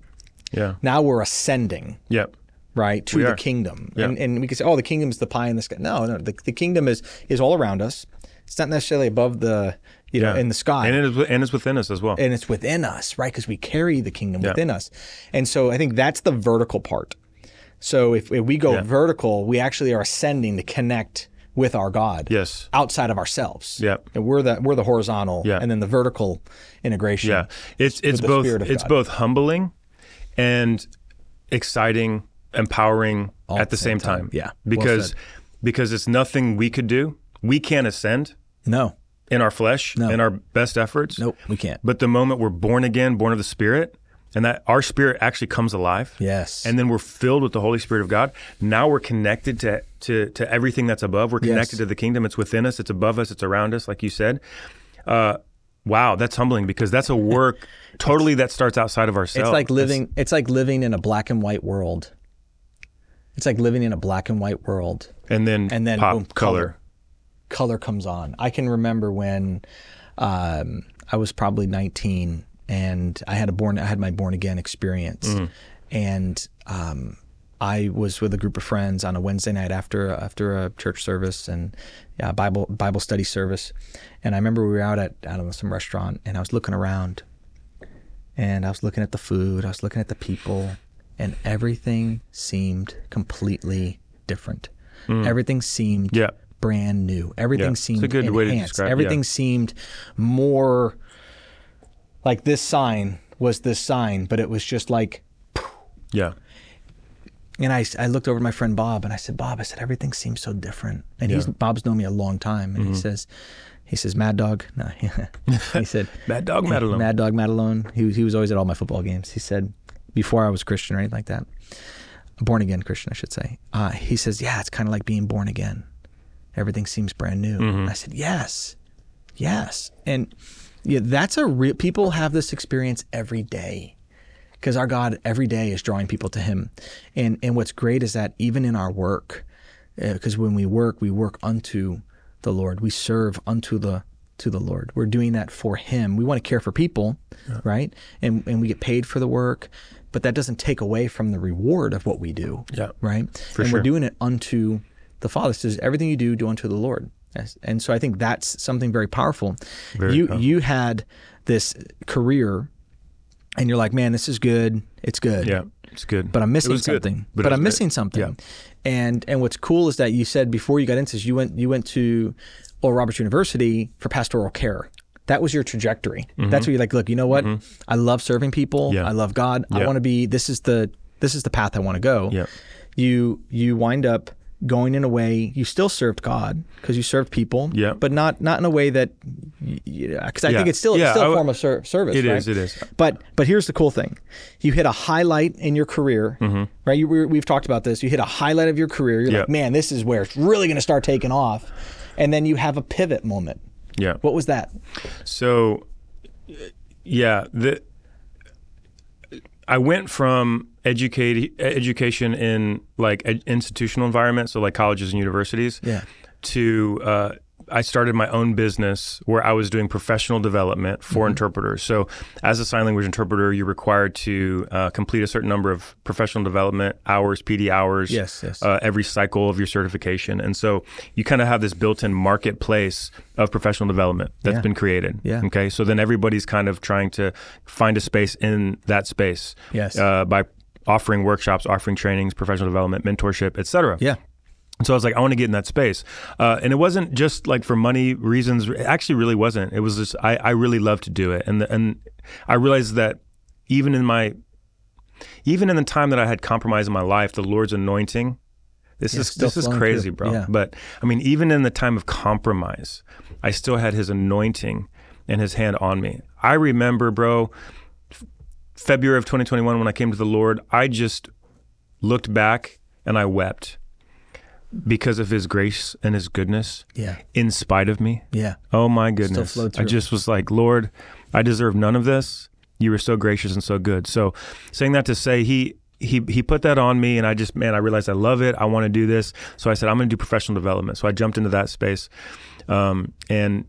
S1: Yeah.
S2: Now we're ascending
S1: Yeah.
S2: right to the
S1: are.
S2: kingdom and, and we could say oh the kingdom's the pie in the sky no no the, the kingdom is is all around us it's not necessarily above the you know
S1: Yeah.
S2: in the sky
S1: And it is, and it's within us as well.
S2: and it's within us, right? Because we carry the kingdom within us. And so I think that's the vertical part. So if, if we go vertical, we actually are ascending to connect with our God.
S1: Yes.
S2: Outside of ourselves.
S1: Yep.
S2: And we're the we're the horizontal
S1: Yeah.
S2: and then the vertical integration.
S1: Yeah, it's it's
S2: the
S1: both
S2: Spirit of
S1: it's
S2: God.
S1: both humbling and exciting, empowering at the same, time.
S2: Yeah. Well
S1: because
S2: said.
S1: because it's nothing we could do. We can't ascend
S2: No.
S1: in our flesh, in our best efforts.
S2: Nope. We can't.
S1: But the moment we're born again, born of the Spirit, and that our spirit actually comes alive.
S2: Yes.
S1: And then we're filled with the Holy Spirit of God. Now we're connected to to, to everything that's above. We're connected to the kingdom. It's within us. It's above us. It's around us, like you said. Uh, wow, that's humbling because that's a work Oh, totally that starts outside of ourselves.
S2: it's like living it's like living in a black and white world. It's like living in a black and white world.
S1: and then
S2: And then
S1: pop
S2: boom,
S1: color.
S2: color comes on. I can remember when um, I was probably 19 and I had a born I had my born again experience,
S1: Mm-hmm.
S2: and um, I was with a group of friends on a Wednesday night after after a church service and yeah, Bible Bible study service, and I remember we were out at out of some restaurant and I was looking around, and I was looking at the food, I was looking at the people, and everything seemed completely different. Everything seemed
S1: Hmm. Yeah.
S2: brand new. Everything
S1: Yeah. It's a
S2: seemed
S1: good way to
S2: enhanced.
S1: describe it, yeah.
S2: Everything seemed more like this sign was this sign, but it was just like.
S1: Yeah.
S2: And I, I looked over at my friend Bob and I said, Bob, I said everything seems so different. And he's Bob's known me a long time, and he
S1: Mm-hmm.
S2: says, he says, Mad Dog, no, he said,
S1: Mad Dog Madelon.
S2: Mad Dog Madelone. He was he was always at all my football games. He said, before I was Christian or anything like that, born again Christian, I should say. Uh, he says, yeah, it's kind of like being born again. Everything seems brand new. I said, yes, yes, and yeah, that's a real. People have this experience every day because our God every day is drawing people to Him, and and what's great is that even in our work, because when we work, we work unto the Lord, we serve unto the to the Lord. We're doing that for Him. We want to care for people, right? And and we get paid for the work, but that doesn't take away from the reward of what we do,
S1: Yeah.
S2: right? and
S1: sure.
S2: we're doing it unto the Father. It says everything you do, do unto the Lord. Yes. And so I think that's something very powerful. you you had this career and you're like, man, this is good. It's good.
S1: Yeah. It's good.
S2: But I'm
S1: It
S2: missing
S1: was good,
S2: something.
S1: but
S2: but
S1: it was
S2: I'm
S1: great.
S2: missing something.
S1: Yeah.
S2: And and what's cool is that you said before you got into this, you went you went to Oral Roberts University for pastoral care. That was your trajectory. That's where you're like, look, you know what? I love serving people.
S1: Mm-hmm. Yeah.
S2: I love God.
S1: Yeah.
S2: I want to be this is the this is the path I want to go.
S1: Yeah.
S2: You you wind up going in a way you still served God because you served people,
S1: Yeah.
S2: but not not in a way that because I
S1: Yeah.
S2: think it's still
S1: Yeah,
S2: it's still
S1: I
S2: a
S1: would-
S2: form of ser- service.
S1: It
S2: It is.
S1: is, it is.
S2: But but here's the cool thing, you hit a highlight in your career, right? You, we, we've talked about this. You hit a highlight of your career. You're
S1: Mm-hmm. Yeah.
S2: like, man, this is where it's really going to start taking off, and then you have a pivot moment.
S1: Yeah.
S2: What was that?
S1: So, yeah, the I went from educate, education in like ed- institutional environments, so like colleges and universities,
S2: Yeah.
S1: to uh, I started my own business where I was doing professional development for
S2: Mm-hmm.
S1: interpreters. So, as a sign language interpreter, you're required to uh, complete a certain number of professional development hours, PD hours,
S2: Yes, yes.
S1: uh, every cycle of your certification. And so you kind of have this built in marketplace of professional development that's
S2: Yeah.
S1: been created.
S2: Yeah.
S1: Okay. So then everybody's kind of trying to find a space in that space.
S2: Yes.
S1: Uh, by offering workshops, offering trainings, professional development, mentorship, et cetera.
S2: Yeah.
S1: And so I was like, I want to get in that space. Uh, and it wasn't just like for money reasons. It actually really wasn't. It was just, I, I really love to do it. And, the, and I realized that even in my, even in the time that I had compromise in my life, the Lord's anointing, this is,
S2: still
S1: this is
S2: flowing
S1: crazy,
S2: through.
S1: bro.
S2: Yeah.
S1: But I mean, even in the time of compromise, I still had his anointing and his hand on me. I remember, bro, f- February of 2021, when I came to the Lord, I just looked back and I wept because of his grace and his goodness
S2: Yeah.
S1: in spite of me.
S2: Yeah.
S1: Oh my goodness.
S2: flowed
S1: I
S2: through.
S1: just was like, Lord, I deserve none of this. You were so gracious and so good. So saying that to say he he he put that on me and I just man, I realized I love it. I want to do this. So I said, I'm gonna do professional development. So I jumped into that space. Um, and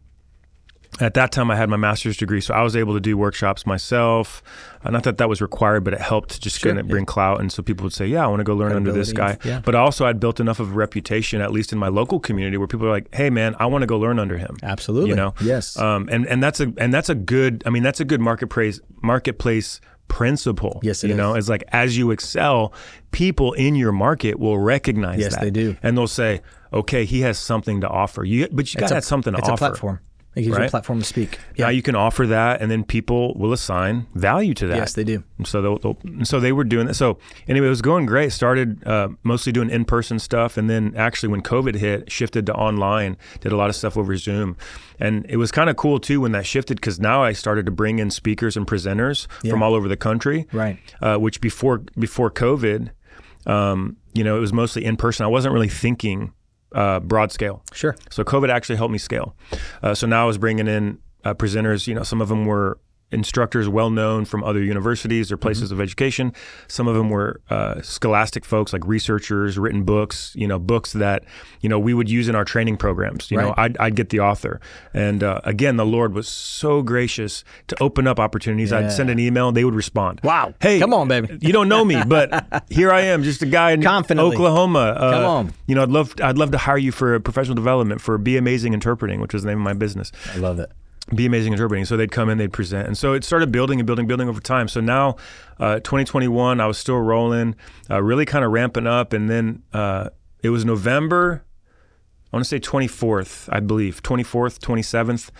S1: at that time, I had my master's degree, so I was able to do workshops myself. Uh, not that that was required, but it helped just kind of bring clout. And so people would say, Yeah, I want to go learn under this guy.
S2: Credibility, yeah.
S1: But also, I'd built enough of a reputation, at least in my local community, where people are like, Hey, man, I want to go learn under him.
S2: Absolutely.
S1: You know?
S2: Yes.
S1: Um, and and that's a and that's a good. I mean, that's a good marketplace marketplace principle.
S2: Yes, it
S1: you
S2: is.
S1: know, it's like as you excel, people in your market will recognize
S2: Yes,
S1: that.
S2: they do.
S1: and they'll say, "Okay, he has something to offer." You, but you got to have something to
S2: it's
S1: offer.
S2: a platform. It gives you
S1: right?
S2: a platform to speak.
S1: Now you can offer that, and then people will assign value to that.
S2: Yes, they do.
S1: And so they'll, they'll, and so they were doing that. So anyway, it was going great. Started uh, mostly doing in person stuff, and then actually when COVID hit, shifted to online. Did a lot of stuff over Zoom, and it was kind of cool too when that shifted because now I started to bring in speakers and presenters from all over the country.
S2: Right.
S1: Uh, which before before COVID, um, you know, it was mostly in person. I wasn't really thinking uh, broad scale.
S2: Sure.
S1: So COVID actually helped me scale. Uh, so now I was bringing in uh, presenters. You know, some of them were instructors well known from other universities or places
S2: Mm-hmm.
S1: of education. Some of them were uh, scholastic folks, like researchers, written books, you know, books that, you know, we would use in our training programs. You know,
S2: Right.
S1: I'd, I'd get the author. And uh, again, the Lord was so gracious to open up opportunities. I'd send an email and they would respond.
S2: Wow.
S1: Hey,
S2: Come on, baby.
S1: You don't know me, but here I am, just a guy in
S2: Confidently.
S1: Oklahoma. Uh,
S2: Come on.
S1: You know, I'd love, I'd love to hire you for professional development for Be Amazing Interpreting, which was the name of my business
S2: I love it.
S1: be amazing interpreting. So they'd come in, they'd present, and so it started building and building, building over time. So now, uh, 2021, I was still rolling, uh, really kind of ramping up, and then uh, it was November. I want to say 24th, I believe, 24th, 27th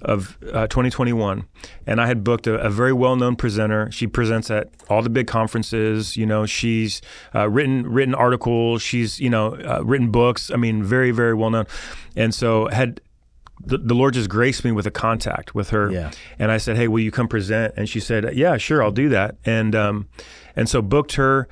S1: of uh, 2021, and I had booked a, a very well-known presenter. She presents at all the big conferences. You know, she's uh, written written articles. She's you know uh, written books. I mean, very very well known, and so had the, the Lord just graced me with a contact with her.
S2: Yeah.
S1: And I said, Hey, will you come present? And she said, Yeah, sure, I'll do that. And um, and so booked her,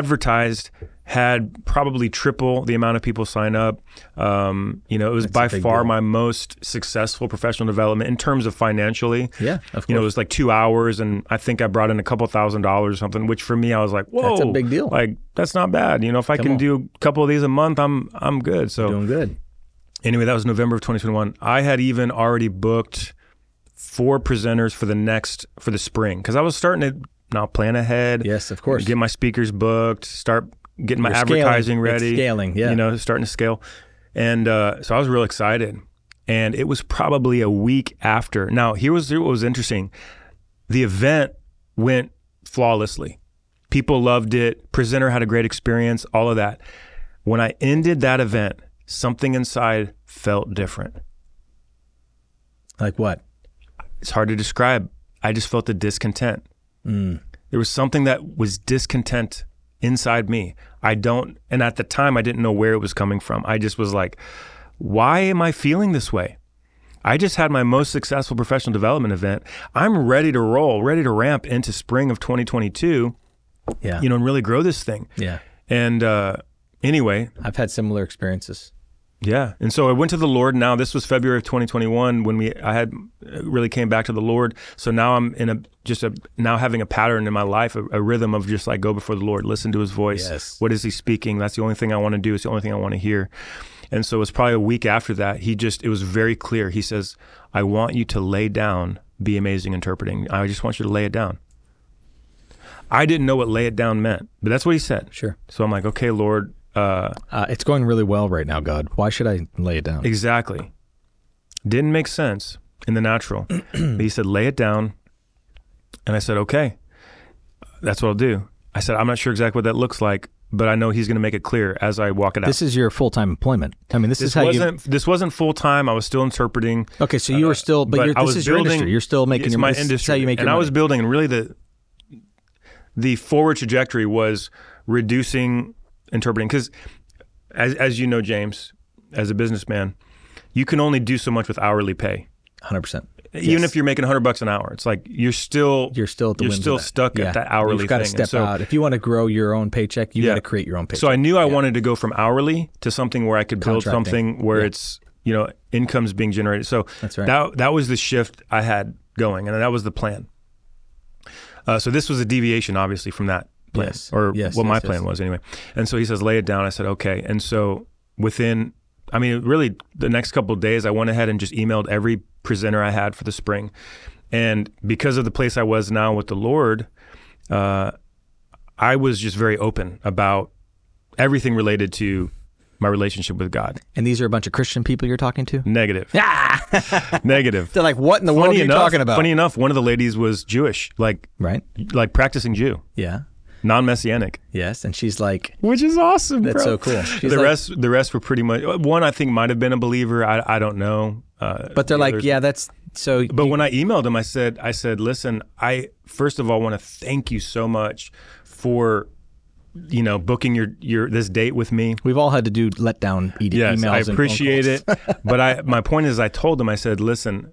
S1: advertised, had probably triple the amount of people sign up. Um, you know, it was by
S2: big
S1: far
S2: deal.
S1: my most successful professional development in terms of financially.
S2: Yeah, of
S1: You know, it
S2: course.
S1: was like two hours, and I think I brought in a couple thousand dollars or something. Which for me, I was like, "Whoa,
S2: a big deal.
S1: Like that's not bad. You know, if I can
S2: on.
S1: do a couple of these a month, I'm I'm good. So
S2: Doing good.
S1: anyway, that was November of 2021. I had even already booked four presenters for the next for the spring because I was starting to now plan ahead.
S2: Yes, of course.
S1: Get my speakers booked. Start getting my
S2: You're scaling.
S1: advertising
S2: It's
S1: ready.
S2: scaling, yeah.
S1: You know, starting to scale, and uh, so I was real excited. And it was probably a week after. Now, here was what was interesting. The event went flawlessly. People loved it. Presenter had a great experience, all of that. When I ended that event, something inside felt different.
S2: Like what?
S1: It's hard to describe. I just felt the discontent. There was something that was discontent inside me. I don't, and at the time, I didn't know where it was coming from. I just was like, why am I feeling this way? I just had my most successful professional development event. I'm ready to roll, ready to ramp into spring of 2022,
S2: Yeah.
S1: you know, and really grow this thing.
S2: yeah.
S1: And uh, anyway,
S2: I've had similar experiences.
S1: yeah. And so I went to the Lord now. This was February of 2021 when we I had uh, really came back to the Lord. So now I'm in a just a now having a pattern in my life, a, a rhythm of just like go before the Lord, listen to his voice.
S2: Yes.
S1: What is he speaking? That's the only thing I want to do. It's the only thing I want to hear. And so it was probably a week after that, he just it was very clear. He says, "I want you to lay down be amazing interpreting. I just want you to lay it down." I didn't know what lay it down meant, but that's what he said.
S2: Sure.
S1: So I'm like, "Okay, Lord, uh
S2: Uh, it's going really well right now, God. Why should I lay it down?
S1: Exactly. Didn't make sense in the natural. but he said, lay it down. And I said, okay, that's what I'll do. I said, I'm not sure exactly what that looks like, but I know he's going to make it clear as I walk it out.
S2: This is your full time employment. I mean, this, is
S1: This
S2: how you.
S1: wasn't this wasn't full time. I was still interpreting.
S2: Okay, so you were still, but,
S1: Uh, but
S2: you're,
S1: I
S2: this
S1: was
S2: is your
S1: building.
S2: industry. You're still making
S1: it's
S2: your
S1: my
S2: this is
S1: industry.
S2: how you make
S1: and
S2: your
S1: I
S2: money.
S1: was building, and really the the forward trajectory was reducing interpreting because, as as you know, James, as a businessman, you can only do so much with hourly pay.
S2: 100%.
S1: even if you're making 100 bucks an hour it's like you're still
S2: You're still at the
S1: you're
S2: whims of
S1: still
S2: that.
S1: stuck
S2: Yeah.
S1: at that hourly
S2: You've got to
S1: thing And
S2: step
S1: so,
S2: out. If you want to grow your own paycheck, you
S1: Yeah.
S2: got to create your own paycheck.
S1: so i knew i wanted to go from hourly to something where i could build
S2: Contracting.
S1: something where it's you know income's being generated so
S2: That's right.
S1: that, that was the shift i had going and that was the plan uh, so this was a deviation obviously from that plan
S2: Yes.
S1: or
S2: Yes,
S1: what
S2: yes,
S1: my
S2: yes.
S1: plan was anyway and so he says lay it down i said okay and so within i mean really the next couple of days i went ahead and just emailed every presenter i had for the spring and because of the place i was now with the lord uh, I was just very open about everything related to my relationship with God.
S2: and these are a bunch of Christian people you're talking to?
S1: Negative.
S2: Ah!
S1: Negative.
S2: They're like, what in the world are you
S1: enough,
S2: talking about?
S1: funny enough, one of the ladies was Jewish, like
S2: Right?
S1: like practicing Jew,
S2: Yeah.
S1: non-messianic,
S2: Yes. And she's like,
S1: which is awesome. bro.
S2: That's so cool. She's
S1: the
S2: like-
S1: rest, the rest were pretty much one. I think might have been a believer. I, I don't know. Uh,
S2: but
S1: the
S2: they're like,
S1: others-
S2: yeah, that's so.
S1: But when I emailed him, I said, I said, listen, I first of all want to thank you so much for, you know, booking your your this date with me.
S2: We've all had to do let down e-
S1: Yes,
S2: emails.
S1: I
S2: and phone
S1: appreciate
S2: calls.
S1: it. But I my point is I told him, I said, listen,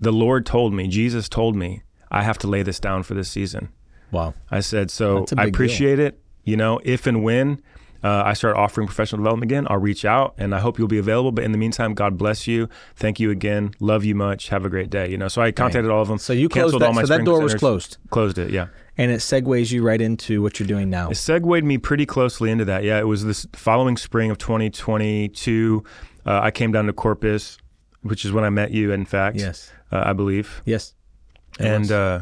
S1: the Lord told me, Jesus told me, I have to lay this down for this season.
S2: Wow.
S1: I said, so
S2: a
S1: I
S2: big
S1: appreciate it. You know, if and when uh, I start offering professional development again, I'll reach out and I hope you'll be available. But in the meantime, God bless you. Thank you again. Love you much. Have a great day. You know, so I contacted all of them.
S2: So you closed
S1: canceled
S2: that-
S1: all my
S2: so that
S1: spring
S2: door was
S1: presenters,
S2: closed?
S1: Closed it. Yeah.
S2: and it segues you right into what you're doing now.
S1: It segued me pretty closely into that. Yeah, it was this following spring of 2022. Uh, I came down to Corpus, which is when I met you. In fact,
S2: Yes.
S1: uh, I believe,
S2: Yes.
S1: and uh,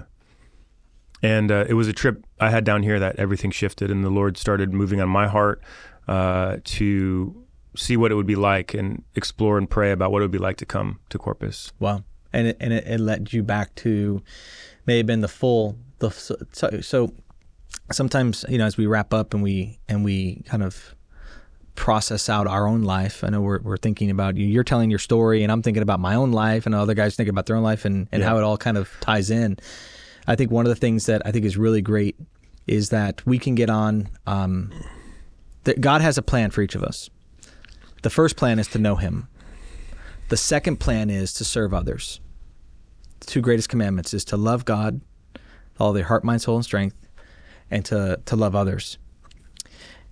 S1: and uh, it was a trip I had down here that everything shifted, and the Lord started moving on my heart uh, to see what it would be like and explore and pray about what it would be like to come to Corpus.
S2: Wow. And it, and it, it led you back to may have been the full the so, so sometimes you know as we wrap up and we and we kind of process out our own life. I know we're we're thinking about you. You're telling your story, and I'm thinking about my own life, and other guys thinking about their own life, and and how it all kind of ties in. I think one of the things that I think is really great is that we can get on. Um, that God has a plan for each of us. The first plan is to know Him. The second plan is to serve others. The two greatest commandments is to love God, with all their heart, mind, soul, and strength, and to, to love others.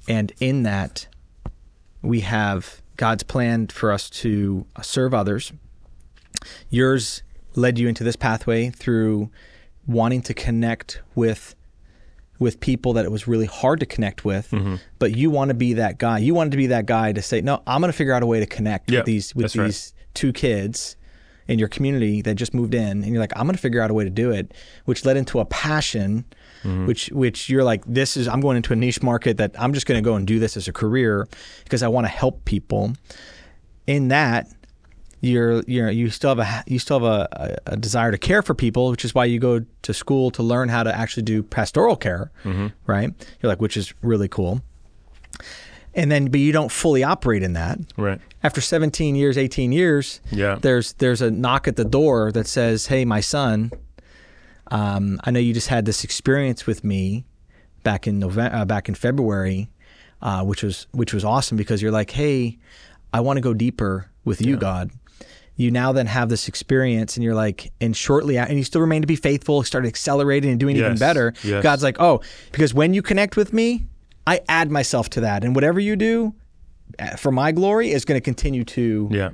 S2: And in that, we have God's plan for us to serve others. Yours led you into this pathway through wanting to connect with with people that it was really hard to connect with,
S1: Mm-hmm.
S2: but you want to be that guy. You wanted to be that guy to say, "No, I'm going to figure out a way to connect
S1: Yeah,
S2: with these with
S1: that's
S2: these
S1: right.
S2: two kids in your community that just moved in and you're like I'm going to figure out a way to do it which led into a passion
S1: Mm-hmm.
S2: which which you're like this is I'm going into a niche market that I'm just going to go and do this as a career because I want to help people in that you're you're you still have a you still have a, a, a desire to care for people which is why you go to school to learn how to actually do pastoral care right you're like which is really cool and then but you don't fully operate in that
S1: Right.
S2: after 17 years, 18 years,
S1: Yeah.
S2: there's there's a knock at the door that says, "Hey, my son, um, I know you just had this experience with me back in November, uh, back in February, uh, which was which was awesome because you're like, hey, I want to go deeper with you, God." You now then have this experience, and you're like, and shortly, a- and you still remain to be faithful, started accelerating and doing even
S1: Yes.
S2: better.
S1: Yes.
S2: God's like, oh, because when you connect with me, I add myself to that, and whatever you do, uh, for my glory, is going to continue to
S1: Yeah.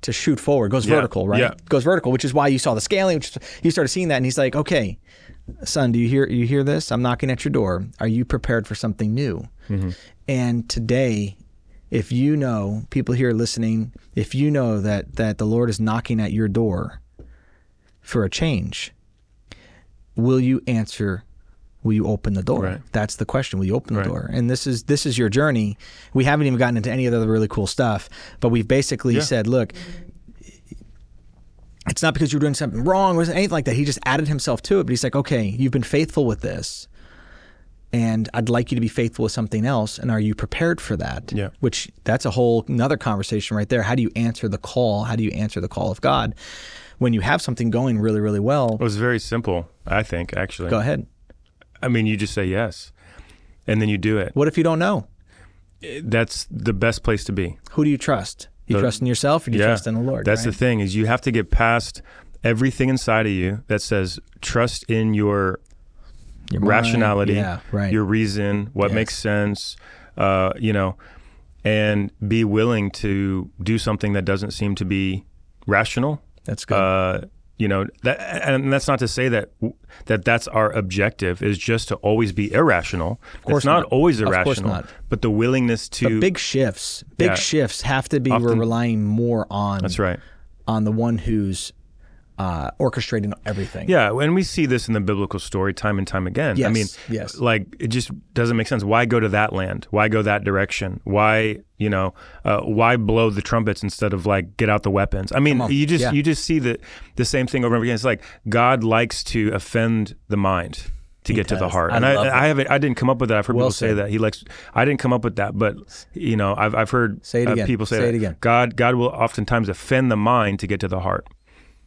S2: to shoot forward goes vertical right
S1: yeah.
S2: goes vertical which is why you saw the scaling which is- you started seeing that and he's like okay son do you hear you hear this i'm knocking at your door are you prepared for something new
S1: Mm-hmm.
S2: and today if you know people here listening if you know that that the lord is knocking at your door for a change will you answer will you open the door
S1: Right.
S2: that's the question will you open the door and this is this is your journey we haven't even gotten into any of the other really cool stuff but we've basically said look it's not because you're doing something wrong or anything like that he just added himself to it but he's like okay you've been faithful with this and I'd like you to be faithful with something else. And are you prepared for that?
S1: Yeah.
S2: Which that's a whole another conversation right there. How do you answer the call? How do you answer the call of God when you have something going really, really well?
S1: It was very simple, I think, actually.
S2: Go ahead.
S1: I mean, you just say yes and then you do it.
S2: What if you don't know?
S1: That's the best place to be.
S2: Who do you trust? Do you trust in yourself or do you trust in the Lord?
S1: That's
S2: right?
S1: the thing is you have to get past everything inside of you that says trust in your,
S2: Your mind.
S1: rationality,
S2: Yeah, right.
S1: your reason, what makes sense, uh, you know, and be willing to do something that doesn't seem to be rational.
S2: That's good.
S1: Uh, you know, that, and that's not to say that that that's our objective is just to always be irrational. Of
S2: course
S1: it's not,
S2: not.
S1: always
S2: Of course
S1: irrational,
S2: not.
S1: but the willingness to
S2: Big shifts. Big
S1: Yeah.
S2: shifts have to be we're relying more on
S1: that's right.
S2: on the one who's uh, orchestrating everything.
S1: Yeah, and we see this in the biblical story time and time again. I
S2: Yes,
S1: mean,
S2: yes.
S1: like it just doesn't make sense. Why go to that land? Why go that direction? Why you know? Uh, why blow the trumpets instead of like get out the weapons? I mean, you just
S2: yeah.
S1: you just see the the same thing over and over again. It's like God likes to offend the mind to get to the
S2: does.
S1: heart.
S2: I
S1: and
S2: love
S1: I, I haven't I didn't come up with that. I've heard people say
S2: said.
S1: that he likes. I didn't come up with that, but you know, I've I've heard
S2: Say it
S1: uh,
S2: again.
S1: people say,
S2: Say it
S1: that.
S2: again.
S1: God God will oftentimes offend the mind to get to the heart.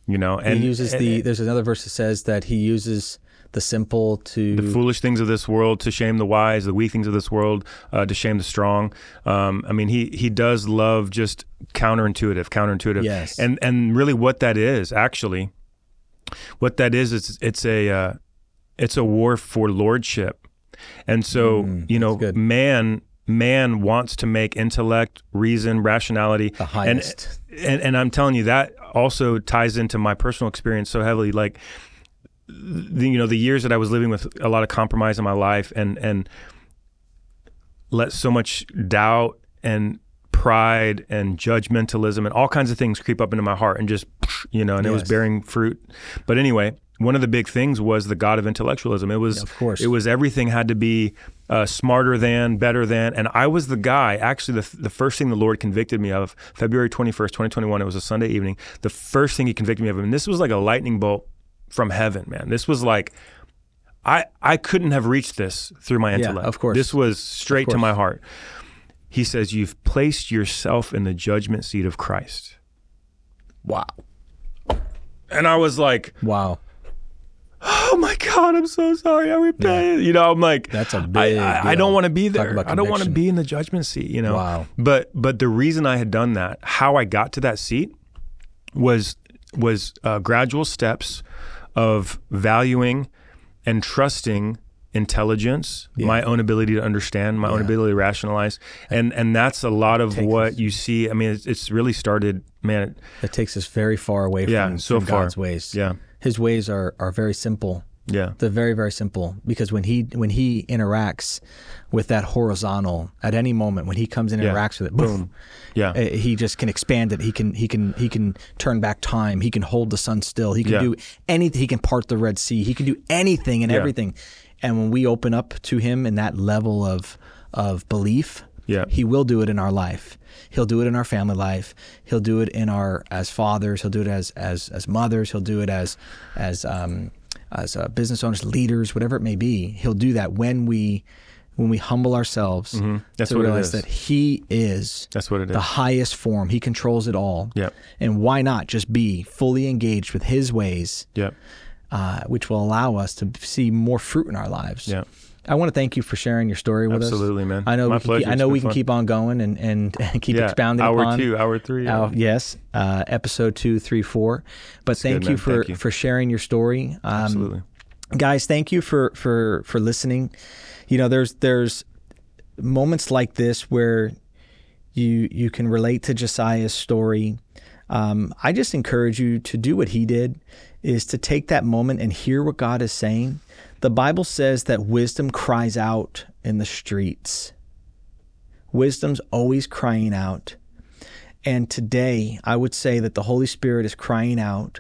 S1: You know, and
S2: He uses
S1: and-
S2: the. There's another verse that says that he uses the simple to
S1: foolish things of this world to shame the wise, the weak things of this world uh, to shame the strong. Um, I mean, he he does love just counterintuitive, counterintuitive,
S2: Yes.
S1: and and really what that is actually, what that is it's it's a uh, it's a war for lordship, and so you know
S2: Hmm, good.
S1: man man wants to make intellect, reason, rationality
S2: The highest.
S1: And, and and I'm telling you that also ties into my personal experience so heavily. Like the, you know, the years that I was living with a lot of compromise in my life and and let so much doubt and pride and judgmentalism and all kinds of things creep up into my heart and just you know and it was
S2: Yes.
S1: bearing fruit but anyway one of the big things was the god of intellectualism it was
S2: Of course.
S1: it was everything had to be uh, smarter than better than and i was the guy actually the, the first thing the lord convicted me of february 21st 2021 it was a sunday evening the first thing he convicted me of and this was like a lightning bolt from heaven man this was like i i couldn't have reached this through my intellect
S3: of course.
S1: this was straight to my heart he says you've placed yourself in the judgment seat of christ
S2: Wow.
S1: and i was like
S2: Wow.
S1: oh my god i'm so sorry i repent you know i'm like
S2: That's a
S1: I-
S2: big
S1: i, I,
S2: deal.
S1: don't want to be
S2: Talk
S1: there
S2: about
S1: i don't want to
S2: conviction.
S1: be in the judgment seat you know
S2: Wow.
S1: but but the reason i had done that how i got to that seat was was uh, gradual steps of valuing and trusting intelligence my own ability to understand my own ability to rationalize and and that's a lot of what you see i mean it's, it's really started man
S2: That takes us very far away from,
S1: Yeah, so
S2: from
S1: far.
S2: God's ways.
S1: Yeah.
S2: His ways are, are very simple.
S1: yeah
S2: They're very, very simple because when he when he interacts with that horizontal at any moment, when he comes in and
S1: Yeah.
S2: interacts with it, boom.
S1: yeah
S2: Uh, he just can expand it. He can he can he can turn back time. He can hold the sun still. He can
S1: Yeah.
S2: do anything. He can part the Red Sea. He can do anything and everything. And when we open up to him in that level of of belief,
S1: Yeah.
S2: he will do it in our life. He'll do it in our family life. He'll do it in our as fathers. He'll do it as as as mothers. He'll do it as as um, as uh, business owners, leaders, whatever it may be. He'll do that when we when we humble ourselves
S1: Mm-hmm. That's
S2: to
S1: what it
S2: realize
S1: is.
S2: that he is
S1: That's what it
S2: the
S1: is.
S2: highest form. He controls it all.
S1: Yep.
S2: And why not just be fully engaged with his ways,
S1: yeah
S2: uh, which will allow us to see more fruit in our lives.
S1: Yeah.
S2: I want to thank you for sharing your story with
S1: Absolutely,
S2: us.
S1: man.
S2: I know
S1: My
S2: we can,
S1: pleasure.
S2: keep, I
S1: It's
S2: know
S1: been
S2: we can
S1: fun.
S2: keep on going and, and, and keep
S1: Yeah.
S2: expounding
S1: Hour
S2: upon
S1: two, hour three,
S2: Hour-
S1: yeah.
S2: yes, uh, episode two, three, four. But thank,
S1: good,
S2: you
S1: man.
S2: for,
S1: Thank you.
S2: for sharing your story. Um,
S1: absolutely
S2: guys thank you for for for listening you know there's there's moments like this where you you can relate to josiah's story um, i just encourage you to do what he did is to take that moment and hear what god is saying the bible says that wisdom cries out in the streets wisdom's always crying out and today i would say that the holy spirit is crying out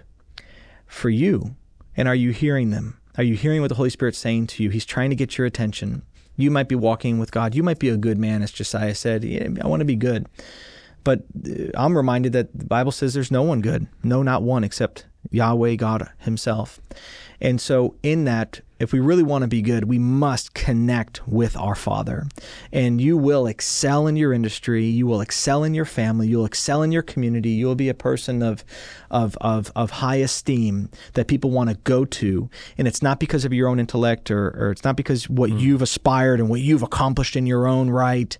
S2: for you? And are you hearing them? Are you hearing what the Holy Spirit's saying to you? He's trying to get your attention. You might be walking with God. You might be a good man, as Josiah said. Yeah, I want to be good. But uh, I'm reminded that the Bible says there's no one good, no, not one, except Yahweh God Himself. And so, in that, if we really want to be good, we must connect with our Father. And you will excel in your industry, you will excel in your family, you'll excel in your community, you'll be a person of, of, of, of high esteem that people want to go to. And it's not because of your own intellect or, or it's not because what you've aspired and what you've accomplished in your own right.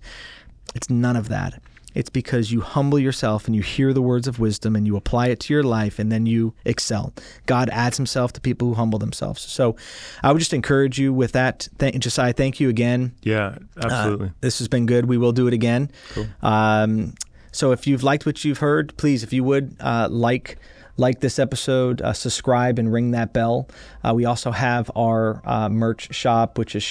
S2: It's none of that. It's because you humble yourself and you hear the words of wisdom and you apply it to your life and then you excel. God adds himself to people who humble themselves. So I would just encourage you with that. Thank, Josiah, thank you again.
S1: yeah
S2: uh,
S1: absolutely
S2: This has been good. We will do it again. Um, so if you've liked what you've heard, please, if you would uh, like like this episode, uh, subscribe and ring that bell. Uh, we also have our uh, merch shop, which is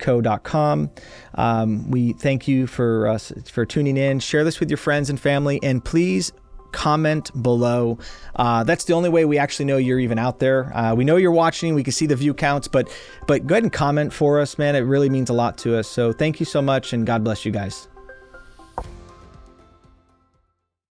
S2: shopkingdomairsco.com. Um, we thank you for uh, s- for tuning in. Share this with your friends and family, and please comment below. Uh, that's the only way we actually know you're even out there. Uh, we know you're watching. We can see the view counts, but but go ahead and comment for us, man. It really means a lot to us. So thank you so much, and God bless you guys.